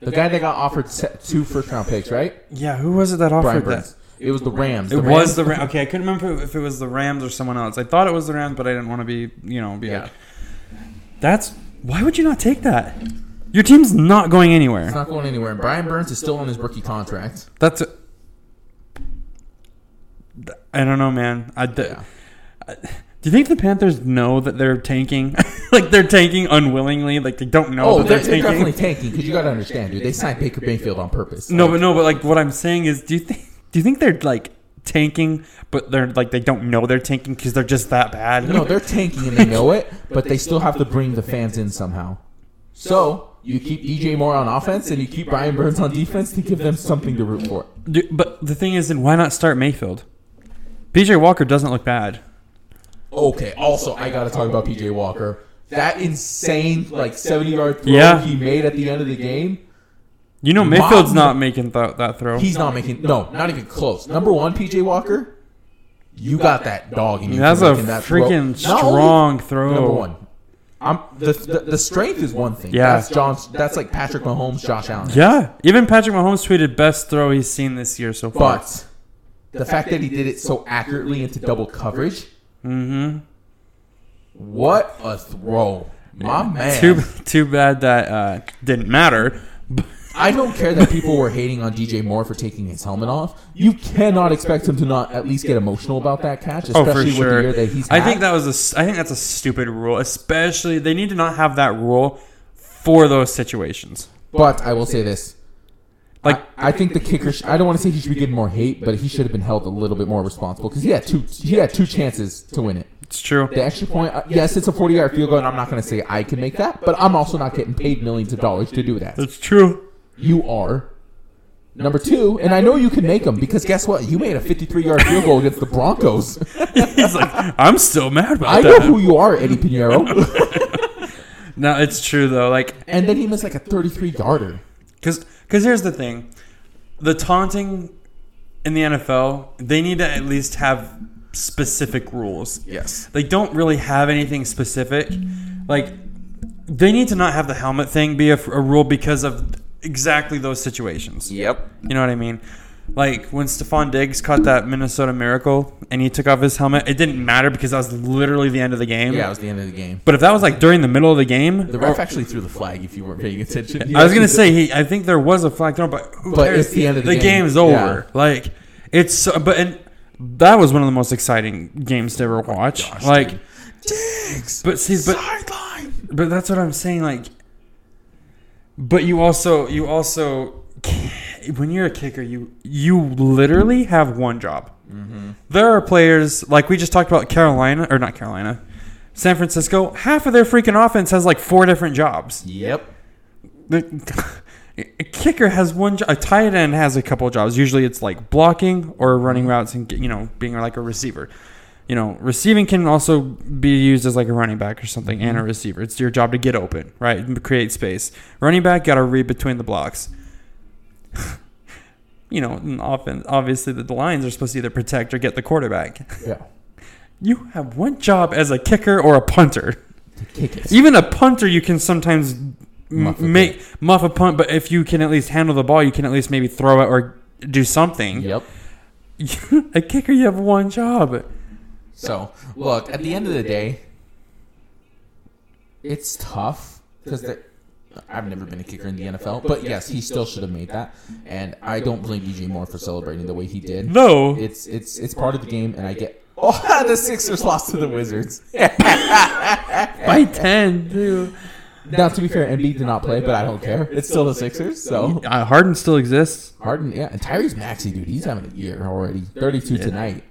the guy that got offered se- two first round picks, right? Yeah, who was it that Brian offered that? Burns. It was the Rams. It The was Rams- the Rams. Okay, I couldn't remember if it was the Rams or someone else. I thought it was the Rams, but I didn't want to be, you know, be Yeah. like, that's why would you not take that? Your team's not going It's anywhere. not going anywhere. And Brian Burns is still on his rookie contract. That's. I I don't know, man. I d- Yeah. Do you think the Panthers know that they're tanking? like they're tanking unwillingly. Like they don't know Oh, that they're, they're, they're tanking. definitely tanking because you got to understand, dude. They signed Baker Mayfield on purpose. No, Like, but no, but like what I'm saying is, do you think do you think they're like tanking, but they're like they don't know they're tanking because they're just that bad? no, they're tanking and they know it, but they still have to bring the fans in somehow. So you keep DJ Moore on offense and you keep Brian Burns on defense to give them something to root for. Do- but the thing is, then why not start Mayfield? PJ Walker doesn't look bad. Okay. Also, I got to talk about PJ Walker. That insane like seventy yard throw Yeah. he made at the end of the game. You know Mayfield's Mom- not making th- that throw. He's not making no, not even close. Number one, PJ Walker. You got that dog in you. That's for a making that throw. freaking Not only- strong throw. Number one. I'm the, the the strength is one thing. Yeah. That's John. That's like Patrick Mahomes, Josh Allen. Yeah, even Patrick Mahomes tweeted best throw he's seen this year so far. But the fact that he did it so accurately into double coverage. mm-hmm. What a throw, my man! too too bad that uh, didn't matter. I don't care that people were hating on DJ Moore for taking his helmet off. You cannot expect him to not at least get emotional about that catch, Oh, especially for with sure. the year that he's. I had. think that was a. s- I think that's a stupid rule. Especially they need to not have that rule for those situations. But I will say this. Like- I, I think the kicker. Sh- I don't want to say he should be getting more hate, but he should have been held a little bit more responsible because he had two. He had two chances to win it. It's true. The extra point. Uh, yes, it's a forty-yard field goal, and I'm not going to say I can make that, but I'm also not getting paid millions of dollars to do that. It's true. You are. Number two, and I know you can make them because guess what? You made a 53 yard field goal against the Broncos. He's like, I'm still mad about I know that. who you are, Eddie Pinheiro. no, it's true though. Like, And then he missed like a 33 yarder. cause, cause here's the thing, the taunting in the NFL, they need to at least have specific rules. Yes. They don't really have anything specific. Like, they need to not have the helmet thing be a, a rule because of exactly those situations. Yep. You know what I mean? Like when Stephon Diggs caught that Minnesota Miracle and he took off his helmet, it didn't matter because that was literally the end of the game. Yeah, it was the end of the game. But if that was like during the middle of the game, The ref actually threw the flag if you weren't paying attention. I was gonna say he. I think there was a flag thrown, but who But cares? it's the end of the game. game's over. Like it's so, but and that was one of the most exciting games to ever watch. like, but see, but but that's what I'm saying. Like, but you also you also can't- when you're a kicker, you you literally have one job. There are players like we just talked about Carolina or not Carolina, San Francisco, half of their freaking offense has like four different jobs. Yep. The a kicker has one job. A tight end has a couple jobs. Usually, it's like blocking or running routes, and you know, being like a receiver. You know, receiving can also be used as like a running back or something, and a receiver. It's your job to get open, right? And create space. Running back got to read between the blocks. you know, and often obviously the lines are supposed to either protect or get the quarterback. Yeah. You have one job as a kicker or a punter. Kick it. Even a punter, you can sometimes m- Muff a make muff a punt, but if you can at least handle the ball, you can at least maybe throw it or do something. Yep. a kicker, you have one job. So, look, at the end of the day, it's tough because I've never been a kicker in the NFL, but yes, he still should have made that, and I don't blame DJ Moore for celebrating the way he did. No, It's it's it's part of the game, and I get. Oh, the Sixers lost to the Wizards. by ten, dude. Now, to be fair, Embiid did not play, but I don't care. It's still the Sixers, so Uh, Harden still exists. Harden, yeah, and Tyrese Maxey, dude, he's having a year already. Thirty-two tonight.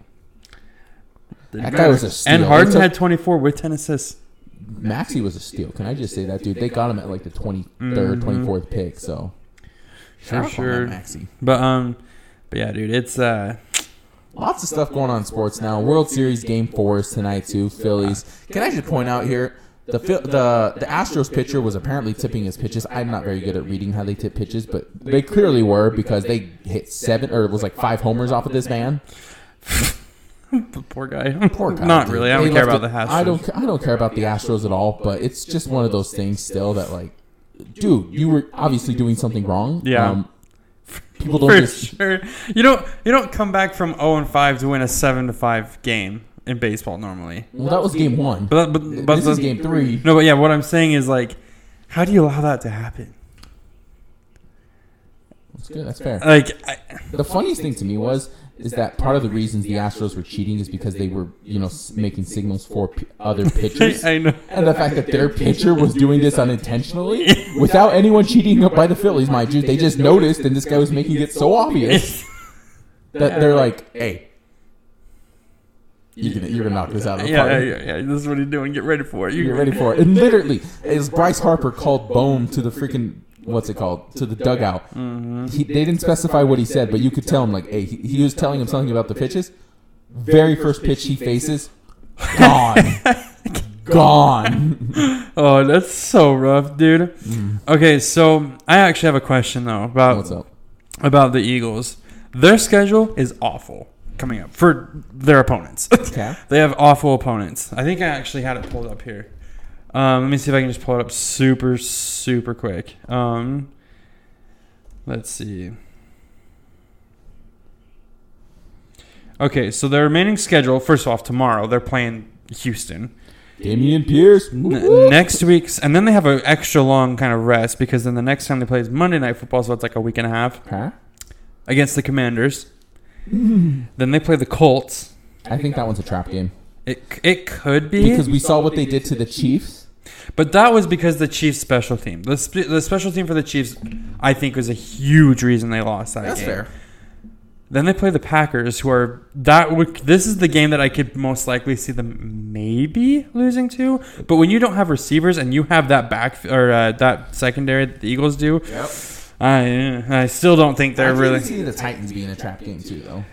That guy was a steal. And Harden It's a- had 24 with 10 assists. Maxi was a steal. Can I just say that, dude? They got him at like the 23rd, 24th pick, so. Shout out sure. on that, Maxey. But um, but yeah, dude, it's uh, Lots of stuff going on in sports now. World Series game four is tonight, too. Phillies. Can I just point out here? The, Phil- the the Astros pitcher was apparently tipping his pitches. I'm not very good at reading how they tip pitches, but they clearly were because they hit seven or it was like five homers off of this man. poor guy. Poor guy. Not dude. really. I don't They care left about the it- Astros. I don't. I don't care about the Astros at all. But it's just one of those things still that like, dude, you were obviously doing something wrong. Um, Yeah. people don't for just. sure. You don't you don't come back from 0 and 5 to win a 7 to 5 game in baseball normally. Well, that was game one. But but, but this the- is game three. No, but yeah, what I'm saying is like how do you allow that to happen? That's good. That's fair. Like I, The funniest thing to me was is that part of the reasons the Astros were cheating is because they were you know s- making signals for p- other pitchers. I know. And the fact that their pitcher was doing this unintentionally, without anyone cheating up by the Phillies, mind you, they just noticed, and this guy was making it so obvious. that they're like, hey, you're gonna, you're gonna knock this out of the yeah, yeah, park. yeah, yeah. This is what he's doing. Get ready for it. You You're ready for it. And literally, as Bryce Harper called Bohm to the freaking what's it called to the dugout, Mm-hmm. he, they didn't specify what he said, but you could tell him like, hey, he, he was telling him something about the pitches. Very first pitch he faces, gone, gone. Oh, that's so rough, dude. Okay, so I actually have a question though about Mm. What's up? about the Eagles. Their schedule is awful coming up for their opponents. Okay. They have awful opponents. I think I actually had it pulled up here. Um, let me see if I can just pull it up super, super quick. Um, let's see. Okay, so their remaining schedule, first off, tomorrow they're playing Houston. Damian Pierce. N- next week's, and then they have an extra long kind of rest because then the next time they play is Monday Night Football, so it's like a week and a half Huh? against the Commanders. then they play the Colts. I think that one's a trap game It, c- it could be because we saw what they did to the Chiefs. But that was because the Chiefs' special team. The, sp- the special team for the Chiefs, I think, was a huge reason they lost that game. Then they play the Packers, who are that. Would, this is the game that I could most likely see them maybe losing to. But when you don't have receivers and you have that back or uh, that secondary that the Eagles do, Yep. I I still don't think they're really really see the Titans being a trap game too, though.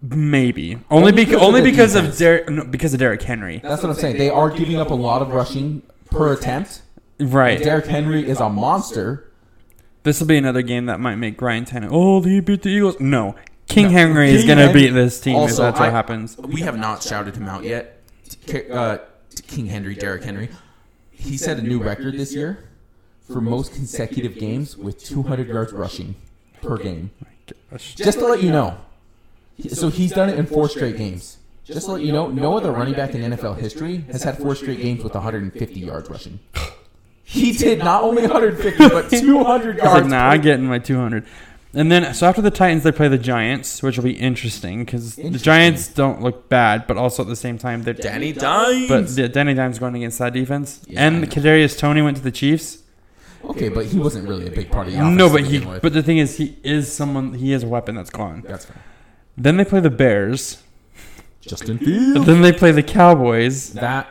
maybe only because because of only the because of defense. Derek no, because of Derrick Henry, That's what I'm saying. They are giving up a lot of rushing per attempt. right? Derrick Henry is a monster. This will be another game that might make Ryan Tanner. Oh, he beat the Eagles. No, King Henry is King gonna Henry- beat this team if Also, that's what I- happens. Oh We have not shouted him out yet. K- Uh, King Henry, Derrick Henry. He set a new record this year for most consecutive games with 200 yards rushing per game. Just to let you know. So he's done it in four straight games. Just to let you know, no other running back in NFL history has had four straight games with 150 yards rushing. He did not only 150, but 200 I was yards. like, nah, I'm getting my 200. And then, so after the Titans, they play the Giants, which will be interesting because the Interesting. Giants don't look bad, but also at the same time, they're Danny Dimes. But the- Danny Dimes going against that defense, Yeah. and Kadarius Tony went to the Chiefs. Okay, but he wasn't really a big part of the offense. no, to but he, begin with. but the thing is, he is someone. He is a weapon that's gone. that's fine. Then they play the Bears. Justin Fields. Then they play the Cowboys. That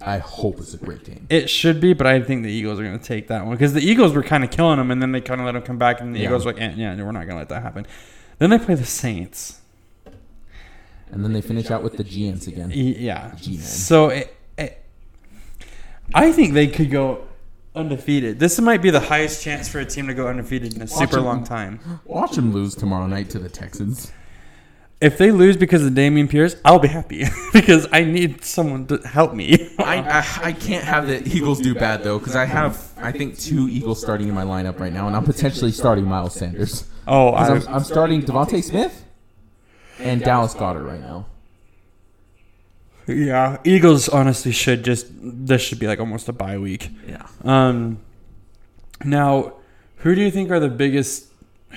I hope is a great game. It should be, but I think the Eagles are going to take that one because the Eagles were kind of killing them, and then they kind of let them come back, and the Yeah. Eagles were like, eh, yeah, no, we're not going to let that happen. Then they play the Saints. And then they finish out with the Giants again. Y- Yeah. G-man. So it, it, I think they could go undefeated. This might be the highest chance for a team to go undefeated in a super them. long time. Watch them lose tomorrow night to the Texans. If they lose because of Damien Pierce, I'll be happy because I need someone to help me. I, I I can't have the Eagles do bad though because I have I think two Eagles starting in my lineup right now, and I'm potentially starting Miles Sanders. oh, 'Cause I, I'm, I'm starting Devontae Smith and Dallas Goddard right now. yeah. Eagles honestly should just this should be like almost a bye week. Yeah. Um, now, who do you think are the biggest?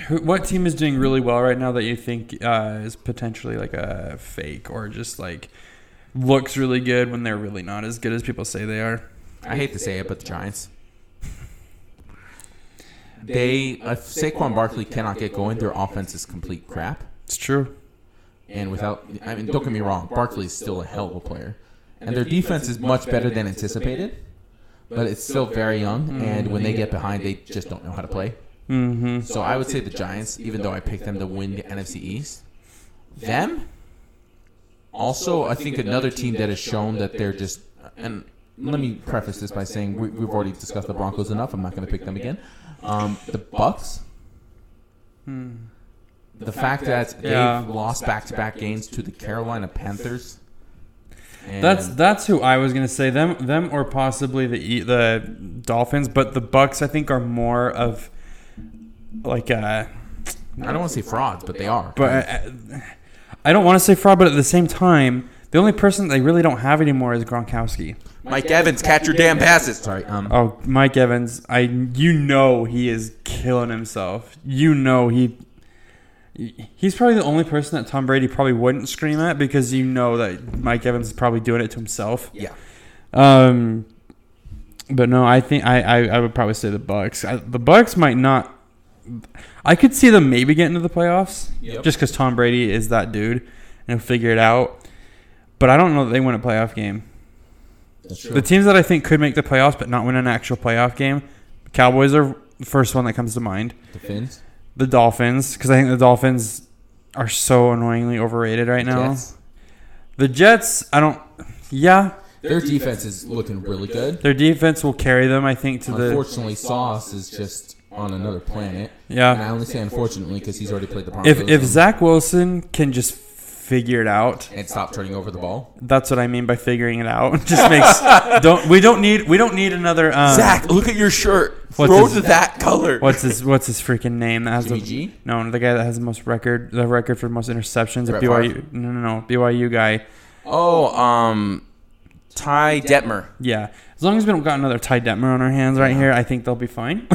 Who, what team is doing really well right now that you think uh, is potentially like a fake or just like looks really good when they're really not as good as people say they are? I hate to say it, but the Giants. They if Saquon Barkley cannot get going, their offense is complete crap. It's true. And without, I mean, don't get me wrong, Barkley is still a hell of a player, and their defense is much better than anticipated. But it's still very young, and when they get behind, they just don't know how to play. Mm-hmm. So I would say the Giants, even though I picked them to win the NFC East. Them. Also, I think another team that has shown that they're just and let me preface this by saying we, we've already discussed the Broncos enough. I'm not going to pick them again. Um, the Bucks. Hmm. The fact that they've Yeah. lost back-to-back games to the Carolina Panthers. and- That's that's who I was gonna say them them or possibly the E- the Dolphins, but the Bucks I think are more of like a I don't want to say frauds, but they are. but I, I don't want to say fraud, but at the same time, the only person they really don't have anymore is Gronkowski. Mike Evans, catch your damn passes. Sorry. Um, Oh, Mike Evans, I you know he is killing himself. You know he he's probably the only person that Tom Brady probably wouldn't scream at because you know that Mike Evans is probably doing it to himself. yeah. Um, but no, I think I, I, I would probably say the Bucks. I, the Bucks might not. I could see them maybe getting to the playoffs Yep. just because Tom Brady is that dude and he'll figure it out. But I don't know that they win a playoff game. That's The teams that I think could make the playoffs but not win an actual playoff game, Cowboys are the first one that comes to mind. The Finns. The Dolphins, because I think the Dolphins are so annoyingly overrated right now. Jets. The Jets, I don't. Yeah, Their defense is looking really good. their defense will carry them, I think, to the. Unfortunately, Sauce is just on another planet. Yeah. And I only say unfortunately because he's already played the Broncos if if Zach Wilson can just figure it out, and stop turning over the ball. that's what I mean by figuring it out. just makes don't we don't need we don't need another um, Zach, look at your shirt. What's Throw his- to that color. What's his what's his freaking name that has Jimmy the, G? No, the guy that has the most record the record for most interceptions at Brett BYU. Favre? No, no, no, BYU guy. Oh, um, Ty Detmer. Yeah, as long as we don't got another Ty Detmer on our hands right here, I think they'll be fine.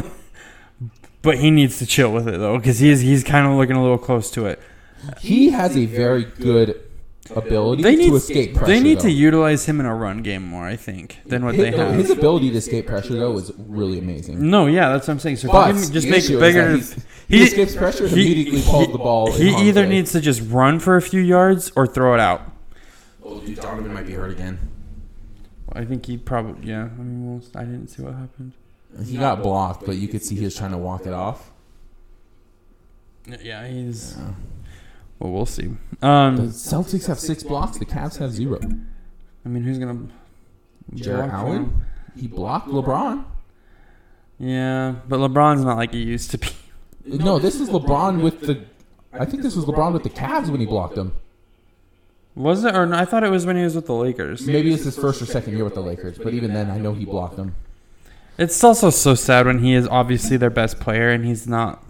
but he needs to chill with it though, because he's he's kind of looking a little close to it. He has a very good ability They need to escape pressure. they need though. to utilize him in a run game more, I think, than what his, they have. his ability to escape pressure though is really amazing. No, yeah, that's what I'm saying. So But if you can just the make issue it is bigger. that and- he's- he escapes pressure and immediately falls the ball in He harm's either way. needs to just run for a few yards or throw it out. Oh, dude, Donovan might be hurt again. I think he probably yeah. I mean, we'll, I didn't see what happened. He got blocked, but you could see he was trying to walk it off. Yeah, he's. Well, we'll see. Um, Celtics have six blocks. The Cavs have zero. I mean, who's gonna? Jared block Allen, them? he blocked LeBron. Yeah, but LeBron's not like he used to be. No, this is LeBron with the. I think this was LeBron with the Cavs when he blocked them. Was it or no, I thought it was when he was with the Lakers. Maybe it's his first or second year with the Lakers, but even then, I know he blocked them. It's also so sad when he is obviously their best player and he's not.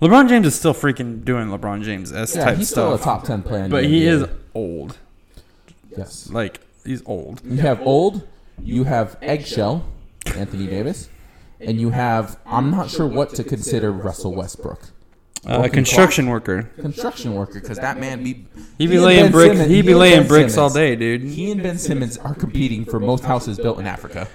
LeBron James is still freaking doing LeBron James s Yeah, type he's still stuff. a top ten player. in But the he NBA. is old. Yes. Like he's old. You have old. You have eggshell, Anthony Davis, and you have. I'm not sure what to consider Russell Westbrook, Uh, A construction worker. construction worker, because that man be. He'd He be and laying Ben bricks. Simmons- He'd he be and laying Ben bricks all Simmons. day, dude. He and Ben Simmons are competing for most houses built in Africa.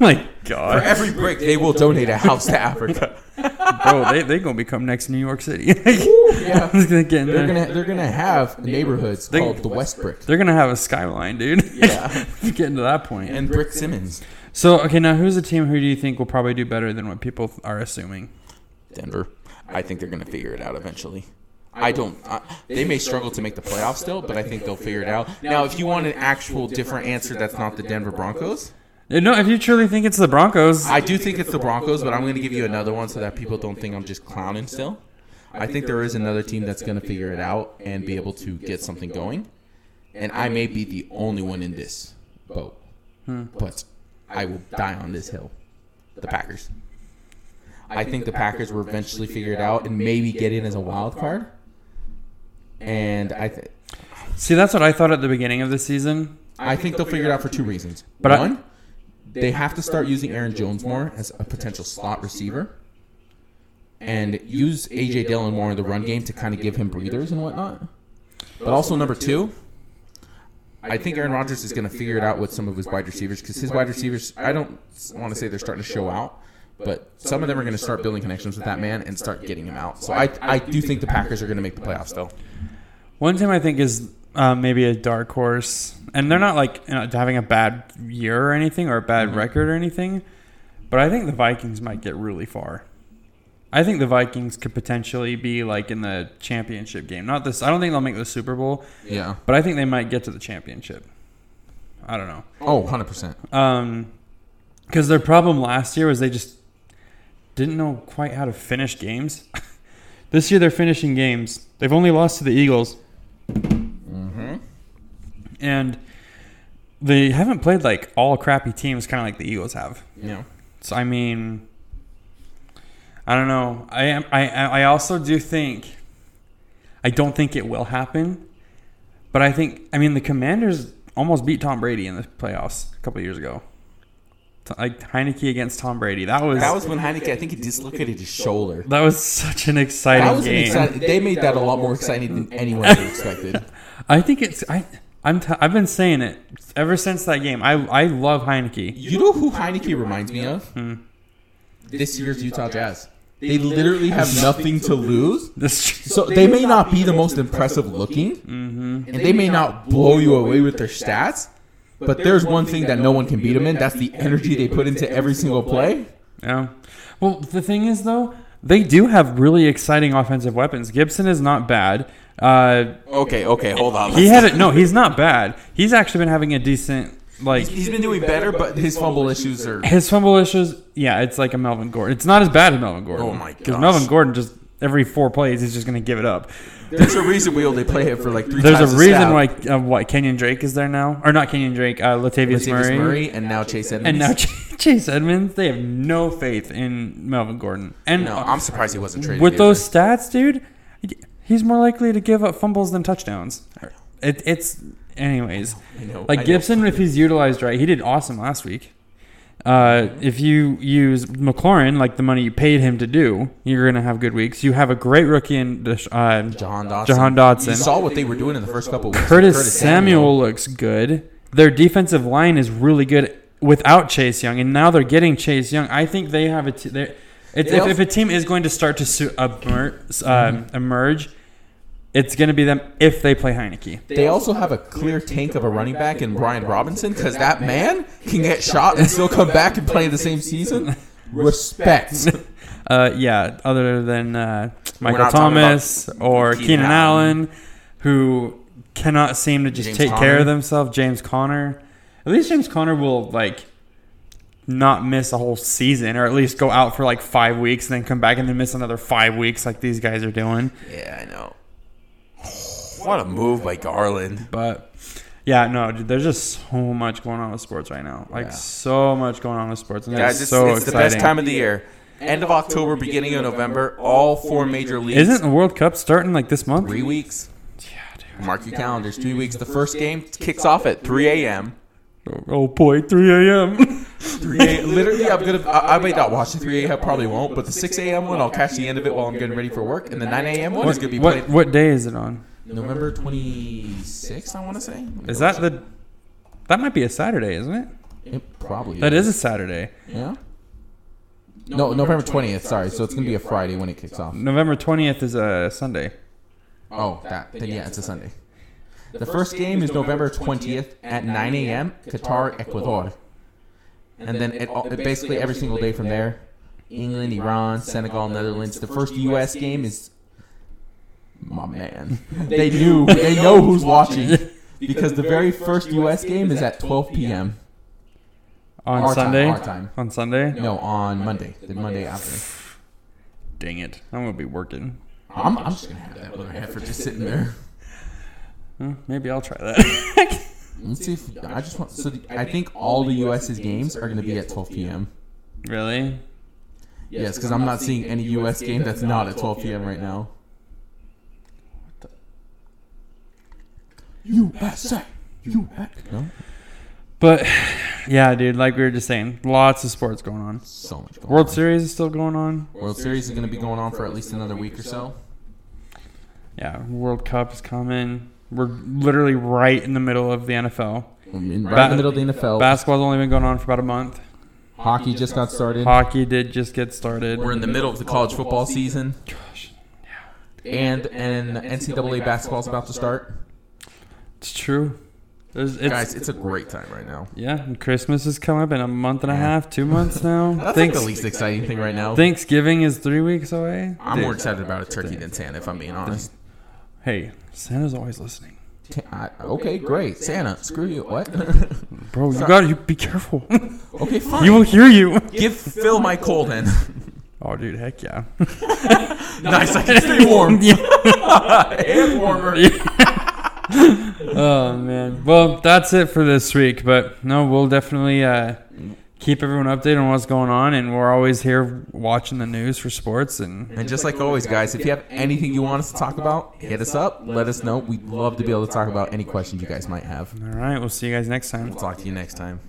My For God, every brick, they will donate a house to Africa. bro, they they gonna become next New York City. Yeah. It's gonna get in They're there. gonna they're gonna have neighborhoods They- called the West Brick They're gonna have a skyline, dude. Yeah. Getting to that point. and Brick Simmons, so okay, now who's the team who do you think will probably do better than what people are assuming? Denver. I think they're going to figure it out eventually. I don't. I, they may struggle to make the playoffs still, but I think they'll figure it out. Now, if you want an actual different answer, that's not the Denver Broncos. Uh, No, if you truly think it's the Broncos, I do think it's the Broncos, but I'm going to give you another one so that people don't think I'm just clowning still. I think there is another team that's going to figure it out and be able to get something going. And I may be the only one in this boat, but I will die on this hill. The Packers. I think the Packers will eventually figure it out and maybe get in as a wild card. And I, th- see that's what I thought at the beginning of the season. I think they'll figure it out for two reasons. But I- One, they have to start using Aaron Jones more as a potential slot receiver and use AJ Dillon more in the run game to kind of give him breathers and whatnot. But also, number two, I think Aaron Rodgers is going to figure it out with some of his wide receivers because his wide receivers, I don't want to say they're starting to show out, but some of them are going to start building connections with that man and start getting him out. So I, I do think the Packers are going to make the playoffs, though. One team I think is uh, maybe a dark horse, and they're not like you know, having a bad year or anything or a bad record or anything, but I think the Vikings might get really far. I think the Vikings could potentially be like in the championship game. Not this. I don't think they'll make the Super Bowl, Yeah. but I think they might get to the championship. I don't know. Oh, 100%. Um, because their problem last year was they just didn't know quite how to finish games. this year they're finishing games. They've only lost to the Eagles. Mm-hmm. And they haven't played like all crappy teams, kind of like the Eagles have. Yeah. So I mean, I don't know. I am. I. I I also do think. I don't think it will happen, but I think. I mean, the Commanders almost beat Tom Brady in the playoffs a couple years ago. T- Like Heineke against Tom Brady. That was. That was when Heineke, I think he dislocated his shoulder. That was such an exciting That was an game. exciting. They made that a lot more exciting than anyone ever expected. I think it's. I. I'm. T- I've been saying it ever since that game. I. I love Heineke. You know who Heineke reminds me of? This year's Utah Jazz. They literally have nothing to lose. This. So they may not be the most impressive looking, and they may not blow you away with their stats. But there's one thing that no one can beat them in. That's the energy they put into every single play. Yeah. Well, the thing is, though, they do have really exciting offensive weapons. Gibson is not bad. Uh, Okay, okay, hold on. he had it. No, he's not bad. He's actually been having a decent like. He's been doing better, but his fumble issues are. His fumble issues, yeah, it's like a Melvin Gordon. It's not as bad as Melvin Gordon. Oh my Because gosh. Melvin Gordon just every four plays he's just going to give it up. There's a reason we only play it for like three There's times a the reason stat. why uh, what Kenyon Drake is there now, or not Kenyon Drake, uh, Latavius, Latavius Murray, Murray, and now Chase Edmonds. and now Chase Edmonds. They have no faith in Melvin Gordon. And No, I'm surprised he wasn't traded. with either. those stats, dude, he's more likely to give up fumbles than touchdowns. It, it's, anyways, I know, I like know. Gibson, if he's utilized right, he did awesome last week. Uh, Mm-hmm. if you use McLaurin, like the money you paid him to do, you're gonna have good weeks. You have a great rookie in Desha- uh, Jahan Dotson. Jahan Dotson. You saw what they were doing in the first couple weeks. Curtis, Samuel, looks good. Their defensive line is really good without Chase Young, and now they're getting Chase Young. I think they have a. T- they're- it's, if, Yep. if a team is going to start to su- uh, emer- um, emerge, it's going to be them if they play Heineke. They also have a clear tank of a running back in Brian Robinson because that man can get shot and still come back and play the same season. Respect. Uh, yeah, other than uh, Michael not talking about Thomas or Keenan Keenan Allen. Allen. who cannot seem to just James take care of Conner. themselves. James Conner. At least James Conner will like not miss a whole season, or at least go out for like five weeks and then come back and then miss another five weeks, like these guys are doing. yeah, I know. What a move by Garland. But yeah, no, dude, there's just so much going on with sports right now. Like Yeah. so much going on with sports, and Guys, it's it's, so it's the exciting. best time of the year. End of October, beginning of November, all four major leagues. Isn't the World Cup starting like this month? Three weeks. Yeah, dude. Mark your calendars. Three weeks. The first game kicks off at 3 a.m. Oh boy, 3 a.m. 3 a.m. Literally, I'm gonna. I, I may not watch the 3 a.m. Probably won't, but the 6 a.m. one, I'll catch the end of it while I'm getting ready for work, and the 9 a.m. one is gonna be what played what day is it on? November 26th. I want to say. Is that the? That might be a Saturday, isn't it? It probably That is a Saturday. Yeah. No, November twentieth. Sorry, so it's gonna be a Friday when it kicks off. November 20th is a Sunday. Oh, that then yeah, it's a Sunday. The first game is November twentieth at nine a.m. Qatar, Ecuador, and then it, all- it basically every single day from there. England, Iran, Senegal, Netherlands. The first U.S. game is my man. They knew. They know who's watching because the very first U.S. game is at twelve p.m. On Our time, Sunday? our time. On Sunday? No, on Monday. The Monday after. Dang it. I'm going to be working. I'm, I'm just gonna have that other half for just sitting there. Hmm, Maybe I'll try that. Let's see if I just want. So the- I think all the U.S.'s games are gonna be at 12 p.m. really? Yes, because I'm not seeing any U.S. game that's not at 12 p.m. right now. USA, USA. No, But yeah, dude, like we were just saying, lots of sports going on. so much going World on. Series is still going on. World Series is gonna be going on for at least another week or so. Yeah, World Cup is coming. We're literally right in the middle of the NFL. In right in the middle of the NFL, Basketball's only been going on for about a month. hockey just got started. Hockey did just get started. We're in the middle of the college football season, Gosh, and and NCAA basketball's about to start. it's true. There's, it's, Guys, it's a great time right now. yeah, and Christmas is coming up in a month and a half, two months now. That's like Thanks- the least exciting thing right now. Thanksgiving is three weeks away. I'm Dude, more excited about a turkey than Santa, if I'm being honest. Hey, Santa's always listening. Ta- I- okay, great. Santa, screw you. What? Bro, you got to be careful. okay, fine. he will hear you. Give Phil my coal then. Oh, dude, heck yeah. nice, I can stay warm. Yeah. Air warmer. oh man. Well, that's it for this week. But no, we'll definitely uh, keep everyone updated on what's going on, and we're always here watching the news for sports. And And just like always, guys, if you have anything you want us to talk about, hit us up. Let us know. We'd love to be able to talk about any questions you guys might have. all right, we'll see you guys next time. We'll talk to you next time.